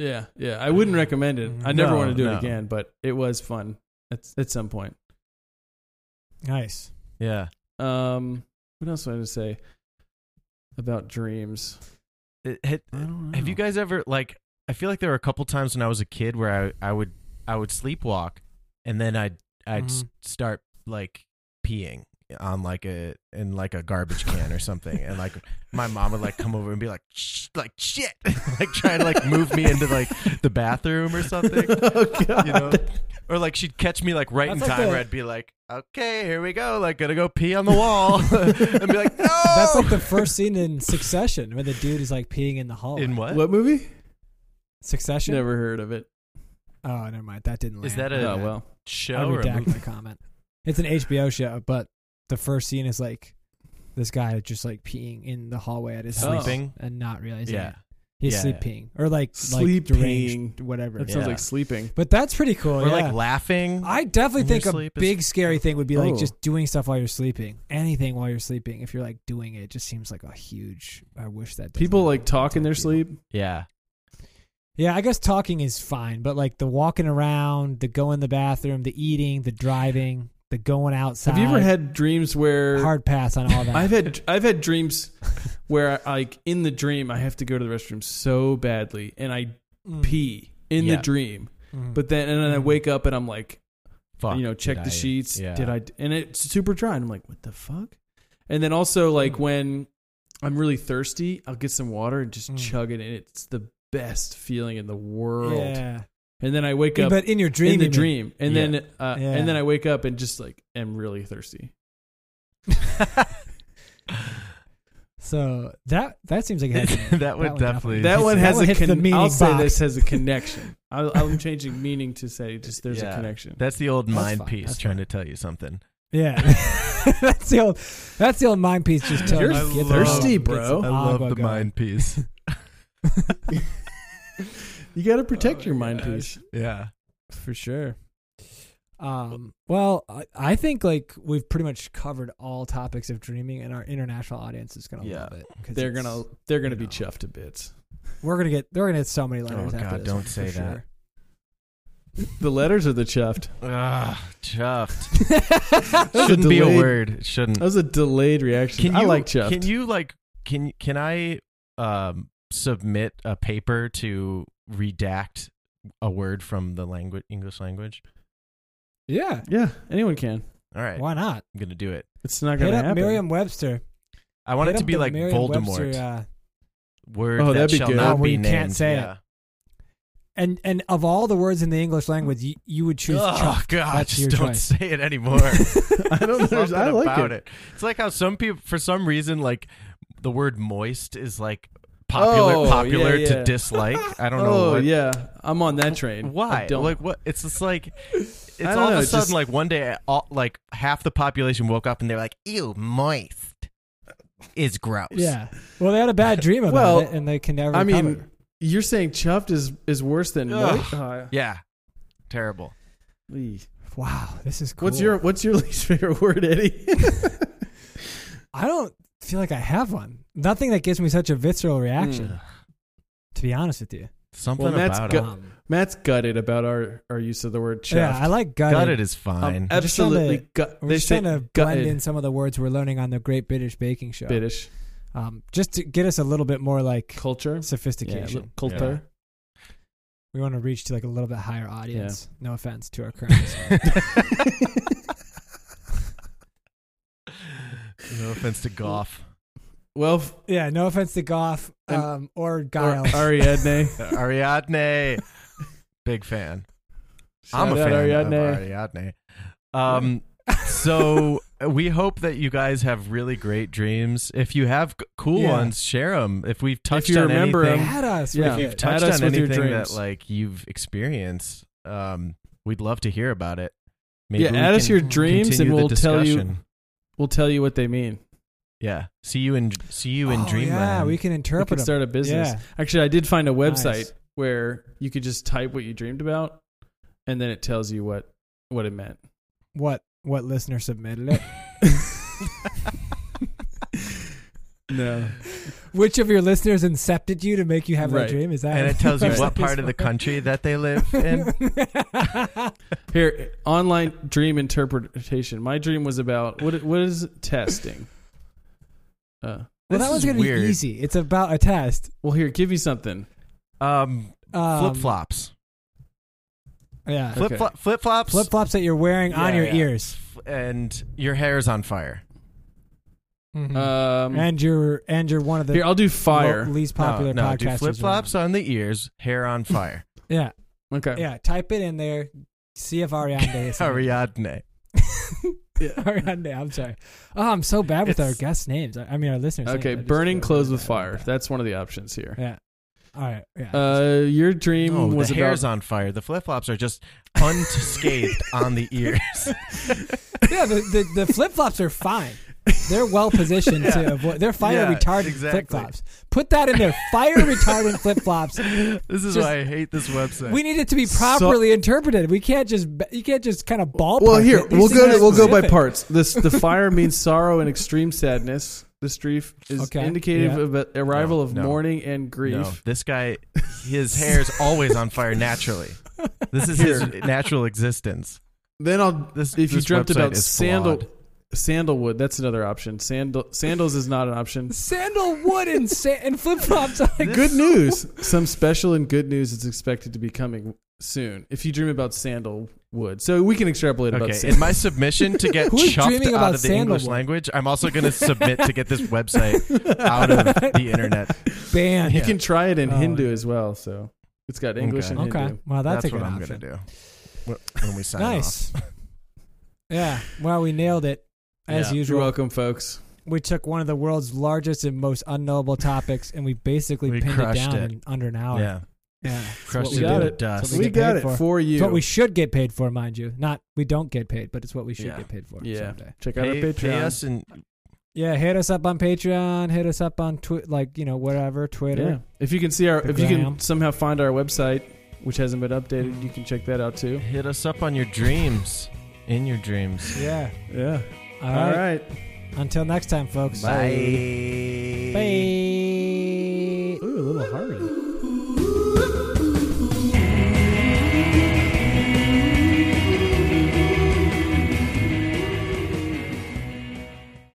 [SPEAKER 1] yeah yeah i wouldn't recommend it i never
[SPEAKER 2] Mm-hmm. No,
[SPEAKER 1] want to do
[SPEAKER 2] no.
[SPEAKER 1] it again but it was fun at, at some point
[SPEAKER 3] Nice.
[SPEAKER 2] yeah,
[SPEAKER 1] Um, what else wanted to say about dreams?
[SPEAKER 2] It- it-
[SPEAKER 1] don't
[SPEAKER 2] have you guys ever like? I feel like there were a couple times when I was a kid where I, I would I would sleepwalk, and then I'd I'd s-
[SPEAKER 3] Mhm.
[SPEAKER 2] start like peeing on like a in like a garbage can or something, and like my mom would like come over and be like Shh, like shit, like trying to like move me into like the bathroom or something.
[SPEAKER 1] oh, God.
[SPEAKER 2] you know or like she'd catch me like right in
[SPEAKER 3] That's like
[SPEAKER 2] time
[SPEAKER 3] the-
[SPEAKER 2] where i'd be like okay here we go like gonna go pee on the wall and be like no
[SPEAKER 3] That's like the first scene in Succession where the dude is like peeing in the hallway.
[SPEAKER 2] in what?
[SPEAKER 1] What movie?
[SPEAKER 3] Succession?
[SPEAKER 1] Never heard of it.
[SPEAKER 3] Oh, never mind. That didn't.
[SPEAKER 2] Is
[SPEAKER 3] land.
[SPEAKER 2] that a-
[SPEAKER 1] oh well.
[SPEAKER 3] I
[SPEAKER 2] show or a
[SPEAKER 3] redact
[SPEAKER 2] movie?
[SPEAKER 3] my comment. It's an HBO show, but the first scene is like this guy just like peeing in the hallway at his
[SPEAKER 1] Oh.
[SPEAKER 3] house
[SPEAKER 2] Sleeping?
[SPEAKER 3] and not realizing
[SPEAKER 2] yeah
[SPEAKER 3] it. he's
[SPEAKER 2] Yeah.
[SPEAKER 3] sleep peeing or like
[SPEAKER 1] Sleep
[SPEAKER 3] like deranged,
[SPEAKER 1] peeing.
[SPEAKER 3] whatever.
[SPEAKER 1] That
[SPEAKER 2] Yeah.
[SPEAKER 1] sounds like sleeping.
[SPEAKER 3] But that's pretty cool.
[SPEAKER 2] or
[SPEAKER 3] Oh, yeah.
[SPEAKER 2] like laughing
[SPEAKER 3] I definitely
[SPEAKER 2] in your
[SPEAKER 3] think a
[SPEAKER 2] sleep is-
[SPEAKER 3] big scary thing would be like
[SPEAKER 1] Oh.
[SPEAKER 3] just doing stuff while you're sleeping. Anything while you're sleeping, if you're like doing it, just seems like a huge. I wish that doesn't
[SPEAKER 1] People
[SPEAKER 3] happen
[SPEAKER 1] like talk in their
[SPEAKER 3] to people.
[SPEAKER 1] sleep.
[SPEAKER 2] yeah
[SPEAKER 3] Yeah, I guess talking is fine, but like the walking around, the going in the bathroom, the eating, the driving, the going outside.
[SPEAKER 1] Have you ever had dreams where
[SPEAKER 3] hard pass on all that?
[SPEAKER 1] I've had I've had dreams where I, like in the dream I have to go to the restroom so badly and I
[SPEAKER 3] Mm,
[SPEAKER 1] pee in
[SPEAKER 2] Yeah.
[SPEAKER 1] the dream,
[SPEAKER 3] mm.
[SPEAKER 1] but then and then I wake up and I'm like
[SPEAKER 2] fuck
[SPEAKER 1] you know, check
[SPEAKER 2] did
[SPEAKER 1] the
[SPEAKER 2] I-
[SPEAKER 1] sheets.
[SPEAKER 2] yeah.
[SPEAKER 1] Did I? And it's super dry. And I'm like, what the fuck? And then also like
[SPEAKER 3] Mm.
[SPEAKER 1] when I'm really thirsty, I'll get some water and just
[SPEAKER 3] Mm.
[SPEAKER 1] chug it, and it's the best feeling in the world.
[SPEAKER 3] yeah,
[SPEAKER 1] And then I wake up
[SPEAKER 3] but in your dream,
[SPEAKER 1] in the
[SPEAKER 3] you mean.
[SPEAKER 1] dream, and
[SPEAKER 2] Yeah.
[SPEAKER 1] then uh,
[SPEAKER 3] Yeah.
[SPEAKER 1] and then I wake up and just like am really thirsty.
[SPEAKER 3] So that that seems like it has-
[SPEAKER 2] that, would
[SPEAKER 3] one
[SPEAKER 2] definitely
[SPEAKER 1] That
[SPEAKER 3] hits-
[SPEAKER 1] one
[SPEAKER 3] that
[SPEAKER 1] has
[SPEAKER 3] one
[SPEAKER 1] a
[SPEAKER 3] hits the
[SPEAKER 1] con-
[SPEAKER 3] meaning
[SPEAKER 1] I'll say
[SPEAKER 3] box.
[SPEAKER 1] this has a connection. I'll, I'm changing meaning to say just there's
[SPEAKER 2] Yeah.
[SPEAKER 1] a connection.
[SPEAKER 2] that's the old
[SPEAKER 3] That's
[SPEAKER 2] mind
[SPEAKER 3] fine,
[SPEAKER 2] piece
[SPEAKER 3] that's
[SPEAKER 2] trying
[SPEAKER 3] fine.
[SPEAKER 2] to tell you something
[SPEAKER 3] yeah. that's the old that's the old mind piece. Just telling
[SPEAKER 1] You're
[SPEAKER 3] you, get Ah,
[SPEAKER 1] thirsty,
[SPEAKER 3] some- get
[SPEAKER 1] bro.
[SPEAKER 3] some
[SPEAKER 2] i
[SPEAKER 3] agua
[SPEAKER 2] love the
[SPEAKER 3] going.
[SPEAKER 2] mind piece
[SPEAKER 1] you got to protect
[SPEAKER 2] Oh
[SPEAKER 1] your
[SPEAKER 2] my
[SPEAKER 1] mind
[SPEAKER 2] gosh.
[SPEAKER 1] piece
[SPEAKER 2] yeah
[SPEAKER 1] for sure.
[SPEAKER 3] Um, well, I, I think like we've pretty much covered all topics of dreaming, and our international audience is gonna
[SPEAKER 2] Yeah.
[SPEAKER 3] love it. 'cause
[SPEAKER 1] They're
[SPEAKER 3] it's-
[SPEAKER 1] gonna they're gonna be
[SPEAKER 3] you know.
[SPEAKER 1] chuffed to bits.
[SPEAKER 3] we're gonna get they're gonna get so many letters.
[SPEAKER 2] Oh,
[SPEAKER 3] after
[SPEAKER 2] God,
[SPEAKER 3] this
[SPEAKER 2] don't
[SPEAKER 3] one, for
[SPEAKER 2] say that.
[SPEAKER 3] sure.
[SPEAKER 1] The letters are the chuffed.
[SPEAKER 2] Ugh, chuffed
[SPEAKER 1] was a
[SPEAKER 2] shouldn't be a
[SPEAKER 1] delayed-
[SPEAKER 2] word it shouldn't
[SPEAKER 1] That was a delayed reaction.
[SPEAKER 2] Can you,
[SPEAKER 1] I like chuffed.
[SPEAKER 2] Can you like can can I um submit a paper to redact a word from the language English language?
[SPEAKER 3] Yeah.
[SPEAKER 1] Yeah, anyone can.
[SPEAKER 2] All right,
[SPEAKER 3] Why not?
[SPEAKER 2] I'm gonna do it.
[SPEAKER 1] It's not
[SPEAKER 3] Hit
[SPEAKER 1] gonna
[SPEAKER 3] up
[SPEAKER 1] happen.
[SPEAKER 3] Merriam-Webster.
[SPEAKER 2] I want
[SPEAKER 3] Hit
[SPEAKER 2] it to
[SPEAKER 3] up
[SPEAKER 2] be
[SPEAKER 3] the
[SPEAKER 2] like
[SPEAKER 3] Merriam-Webster,
[SPEAKER 2] Voldemort.
[SPEAKER 3] uh,
[SPEAKER 2] Word
[SPEAKER 1] Oh,
[SPEAKER 2] that
[SPEAKER 1] that'd be
[SPEAKER 2] shall
[SPEAKER 1] good.
[SPEAKER 2] not
[SPEAKER 3] Oh, where
[SPEAKER 2] be
[SPEAKER 3] you can't
[SPEAKER 2] named.
[SPEAKER 3] say it.
[SPEAKER 2] yeah.
[SPEAKER 3] and and of all the words in the English language, you, you would choose
[SPEAKER 2] Oh
[SPEAKER 3] chuffed.
[SPEAKER 2] God!
[SPEAKER 3] That's
[SPEAKER 2] Just
[SPEAKER 3] your
[SPEAKER 2] don't
[SPEAKER 3] choice.
[SPEAKER 2] say it anymore.
[SPEAKER 1] I don't know.
[SPEAKER 2] Something
[SPEAKER 1] I like
[SPEAKER 2] about
[SPEAKER 1] it.
[SPEAKER 2] It's like how some people, for some reason, like the word "moist" is like popular,
[SPEAKER 1] Oh,
[SPEAKER 2] popular
[SPEAKER 1] yeah,
[SPEAKER 2] to
[SPEAKER 1] yeah.
[SPEAKER 2] dislike. I don't know.
[SPEAKER 1] Oh
[SPEAKER 2] What,
[SPEAKER 1] yeah, I'm on that train.
[SPEAKER 2] Why?
[SPEAKER 1] I don't.
[SPEAKER 2] Like what? It's just like it's
[SPEAKER 1] I don't
[SPEAKER 2] all
[SPEAKER 1] know,
[SPEAKER 2] of a
[SPEAKER 1] it's
[SPEAKER 2] sudden
[SPEAKER 1] just-
[SPEAKER 2] like one day, all, like half the population woke up and they're like, "Ew, moist is gross."
[SPEAKER 3] Yeah. Well, they had a bad dream about
[SPEAKER 1] Well,
[SPEAKER 3] it, and they can never.
[SPEAKER 1] I mean,
[SPEAKER 3] recover.
[SPEAKER 1] you're saying chuffed is is worse than
[SPEAKER 2] Ugh.
[SPEAKER 1] what? Uh,
[SPEAKER 2] yeah, terrible.
[SPEAKER 1] eeh.
[SPEAKER 3] wow, this is cool.
[SPEAKER 1] What's your What's your least favorite word, Eddie?
[SPEAKER 3] I don't feel like I have one. Nothing that gives me such a visceral reaction.
[SPEAKER 1] Mm.
[SPEAKER 3] To be honest with you, Um,
[SPEAKER 2] Something
[SPEAKER 1] Well, that's
[SPEAKER 2] about
[SPEAKER 1] Gu-
[SPEAKER 2] it.
[SPEAKER 1] good. Matt's gutted about our our use of the word chuffed.
[SPEAKER 3] yeah, I like gutted.
[SPEAKER 2] Gutted is fine.
[SPEAKER 1] I'm
[SPEAKER 3] just trying
[SPEAKER 1] absolutely
[SPEAKER 3] to-
[SPEAKER 1] gut.
[SPEAKER 3] We're
[SPEAKER 1] They
[SPEAKER 3] just
[SPEAKER 1] say
[SPEAKER 3] trying to blend in
[SPEAKER 1] gutted.
[SPEAKER 3] some of the words we're learning on the Great British Baking Show,
[SPEAKER 1] British
[SPEAKER 3] Um, just to get us a little bit more like
[SPEAKER 1] culture. Yeah,
[SPEAKER 3] sophistication.
[SPEAKER 1] look, culture.
[SPEAKER 3] we want to reach to like a little bit higher audience. No offense to our
[SPEAKER 1] Um,
[SPEAKER 3] current. listeners.
[SPEAKER 2] no offense to Goff.
[SPEAKER 1] Well, f-
[SPEAKER 3] yeah, no offense to Goff
[SPEAKER 1] And-
[SPEAKER 3] um, or
[SPEAKER 1] or
[SPEAKER 3] Giles.
[SPEAKER 1] Ariadne.
[SPEAKER 2] Ariadne, big fan.
[SPEAKER 1] Shout
[SPEAKER 2] I'm a
[SPEAKER 1] out
[SPEAKER 2] fan
[SPEAKER 1] Ariadne.
[SPEAKER 2] of Ariadne. Um, so uh, we hope that you guys have really great dreams. If you have c- cool
[SPEAKER 3] Yeah.
[SPEAKER 2] ones, share them. If we've touched
[SPEAKER 1] you
[SPEAKER 2] on
[SPEAKER 1] remember 'em,
[SPEAKER 2] anything,
[SPEAKER 3] At us,
[SPEAKER 1] Yeah.
[SPEAKER 3] with
[SPEAKER 2] if
[SPEAKER 3] it.
[SPEAKER 2] you've
[SPEAKER 1] Add
[SPEAKER 2] touched
[SPEAKER 1] us
[SPEAKER 2] on
[SPEAKER 1] with your
[SPEAKER 2] anything that
[SPEAKER 1] dreams.
[SPEAKER 2] like you've experienced, um, we'd love to hear about it. Maybe
[SPEAKER 1] Yeah,
[SPEAKER 2] we
[SPEAKER 1] add us
[SPEAKER 2] can
[SPEAKER 1] your dreams
[SPEAKER 2] continue
[SPEAKER 1] and
[SPEAKER 2] the
[SPEAKER 1] we'll tell you-
[SPEAKER 2] discussion.
[SPEAKER 1] We'll tell you what they mean.
[SPEAKER 2] Yeah, see you in see you in
[SPEAKER 3] Oh,
[SPEAKER 2] dreamland.
[SPEAKER 3] Yeah, we can
[SPEAKER 1] We
[SPEAKER 3] interpret
[SPEAKER 1] could
[SPEAKER 3] them.
[SPEAKER 1] start a business.
[SPEAKER 3] Yeah.
[SPEAKER 1] Actually, I did find a website
[SPEAKER 3] Nice.
[SPEAKER 1] where you could just type what you dreamed about, and then it tells you what what it meant.
[SPEAKER 3] What what listener submitted it?
[SPEAKER 1] No,
[SPEAKER 3] Which of your listeners incepted you to make you have
[SPEAKER 1] Right.
[SPEAKER 3] that dream? Is that
[SPEAKER 2] and it tells you
[SPEAKER 1] Right.
[SPEAKER 2] what part of the country that they live in.
[SPEAKER 1] here online dream interpretation. My dream was about what? What is testing? Uh,
[SPEAKER 3] well,
[SPEAKER 2] This
[SPEAKER 3] that was
[SPEAKER 2] is
[SPEAKER 3] gonna
[SPEAKER 2] weird.
[SPEAKER 3] be easy. It's about a test.
[SPEAKER 1] well, here, give me something.
[SPEAKER 2] Um,
[SPEAKER 3] Um,
[SPEAKER 2] flip flops,
[SPEAKER 3] Yeah.
[SPEAKER 1] Flip-
[SPEAKER 2] flip flip flops,
[SPEAKER 3] Flip flops that you're wearing on
[SPEAKER 2] Yeah,
[SPEAKER 3] your
[SPEAKER 2] yeah.
[SPEAKER 3] ears,
[SPEAKER 2] and your hair's on fire.
[SPEAKER 3] Mm.
[SPEAKER 2] Mm-hmm. Uh,
[SPEAKER 1] Um,
[SPEAKER 3] and you're and you're one of the
[SPEAKER 1] here, I'll do fire.
[SPEAKER 3] lo- least popular
[SPEAKER 2] no, no, do
[SPEAKER 3] podcasters.
[SPEAKER 2] flip flops on the ears, hair on fire.
[SPEAKER 3] around.
[SPEAKER 1] okay.
[SPEAKER 3] Yeah, yeah. Type it in there. See if Ariane is.
[SPEAKER 2] Ariadne.
[SPEAKER 3] Ariane, I'm sorry. Oh, I'm so bad with our
[SPEAKER 2] It's-
[SPEAKER 3] guest names. I, I mean, our listeners. names.
[SPEAKER 1] Okay.
[SPEAKER 3] I just
[SPEAKER 1] Burning
[SPEAKER 3] feel
[SPEAKER 1] clothes
[SPEAKER 3] really
[SPEAKER 1] with
[SPEAKER 3] bad
[SPEAKER 1] fire.
[SPEAKER 3] about
[SPEAKER 1] That's one of the options here.
[SPEAKER 3] that. Yeah. All right. Yeah.
[SPEAKER 1] Uh, your dream
[SPEAKER 2] No,
[SPEAKER 1] was
[SPEAKER 2] Oh, the
[SPEAKER 1] about
[SPEAKER 2] hair's on fire. The flip flops are just unscathed on the ears.
[SPEAKER 3] Yeah, the, the, the flip flops are fine. They're well positioned to avoid. They're fire
[SPEAKER 2] Yeah,
[SPEAKER 3] retardant
[SPEAKER 2] exactly.
[SPEAKER 3] flip flops. Put that in there. Fire retardant flip flops.
[SPEAKER 2] This is
[SPEAKER 3] Just-
[SPEAKER 2] why I hate this website.
[SPEAKER 3] We need it to be properly interpreted. We can't just you can't just kind of ballpark.
[SPEAKER 1] Well, here
[SPEAKER 3] it. These
[SPEAKER 1] we'll
[SPEAKER 3] things
[SPEAKER 1] go.
[SPEAKER 3] are
[SPEAKER 1] To, we'll go by
[SPEAKER 3] specific.
[SPEAKER 1] parts. This the fire means sorrow and extreme sadness. This grief is
[SPEAKER 3] Okay.
[SPEAKER 1] indicative
[SPEAKER 3] Yeah.
[SPEAKER 1] of a arrival
[SPEAKER 2] No,
[SPEAKER 1] of
[SPEAKER 2] no.
[SPEAKER 1] mourning and grief.
[SPEAKER 2] no, this guy, his hair's always on fire naturally. This is his natural existence.
[SPEAKER 1] Then I'll.
[SPEAKER 2] This-
[SPEAKER 1] if you
[SPEAKER 2] this
[SPEAKER 1] dreamt
[SPEAKER 2] website
[SPEAKER 1] about
[SPEAKER 2] is
[SPEAKER 1] sandal,
[SPEAKER 2] flawed.
[SPEAKER 1] sandalwood, that's another option. Sandal sandals is not an option.
[SPEAKER 3] Sandalwood and sa- and flip flops. Like,
[SPEAKER 1] Good news. Some special and good news is expected to be coming soon. If you dream about sandalwood, so we can extrapolate about.
[SPEAKER 2] Okay,
[SPEAKER 1] sandal.
[SPEAKER 2] in my submission to get
[SPEAKER 3] Who's
[SPEAKER 2] chuffed
[SPEAKER 3] dreaming
[SPEAKER 2] out
[SPEAKER 3] about
[SPEAKER 2] of the English
[SPEAKER 3] sandalwood?
[SPEAKER 2] language, I'm also going to submit to get this website out of the internet.
[SPEAKER 3] band.
[SPEAKER 1] You can try it in
[SPEAKER 3] Oh,
[SPEAKER 1] Hindu
[SPEAKER 3] yeah.
[SPEAKER 1] as well. So it's got English
[SPEAKER 2] Okay.
[SPEAKER 1] and Hindu.
[SPEAKER 3] Okay. Well, that's, a
[SPEAKER 2] what
[SPEAKER 3] good
[SPEAKER 2] I'm
[SPEAKER 3] option.
[SPEAKER 2] gonna do wh- when we sign off.
[SPEAKER 3] Nice. yeah. Well, we nailed it as
[SPEAKER 2] Yeah.
[SPEAKER 1] You're
[SPEAKER 3] usual.
[SPEAKER 1] welcome, folks.
[SPEAKER 3] we took one of the world's largest and most unknowable topics and we basically
[SPEAKER 2] We
[SPEAKER 3] pinned it
[SPEAKER 2] crushed
[SPEAKER 3] down
[SPEAKER 2] it.
[SPEAKER 3] in under an hour.
[SPEAKER 2] Yeah,
[SPEAKER 3] Yeah.
[SPEAKER 2] crushed
[SPEAKER 3] what
[SPEAKER 2] it
[SPEAKER 1] we
[SPEAKER 2] to
[SPEAKER 1] got
[SPEAKER 2] the
[SPEAKER 1] it.
[SPEAKER 2] dust.
[SPEAKER 3] Something
[SPEAKER 1] we
[SPEAKER 3] get
[SPEAKER 1] got
[SPEAKER 3] paid
[SPEAKER 1] it
[SPEAKER 3] for.
[SPEAKER 1] for, you.
[SPEAKER 3] It's what we should get paid for, mind you. Not we don't get paid, but it's what we should
[SPEAKER 2] Yeah.
[SPEAKER 3] get paid for
[SPEAKER 1] Yeah.
[SPEAKER 3] someday.
[SPEAKER 1] Check out
[SPEAKER 2] pay,
[SPEAKER 1] our Patreon.
[SPEAKER 2] pay us and
[SPEAKER 3] Yeah, hit us up on Patreon, hit us up on Twi- like, you know, whatever,
[SPEAKER 1] Yeah.
[SPEAKER 3] Twitter.
[SPEAKER 1] If you can see our,
[SPEAKER 3] The
[SPEAKER 1] if you
[SPEAKER 3] gram.
[SPEAKER 1] can somehow find our website, which hasn't been updated, you can check that out too.
[SPEAKER 2] hit us up on your dreams, in your dreams.
[SPEAKER 3] Yeah.
[SPEAKER 1] Yeah.
[SPEAKER 3] All right.
[SPEAKER 1] All right.
[SPEAKER 3] Until next time, folks.
[SPEAKER 1] Bye.
[SPEAKER 3] Bye.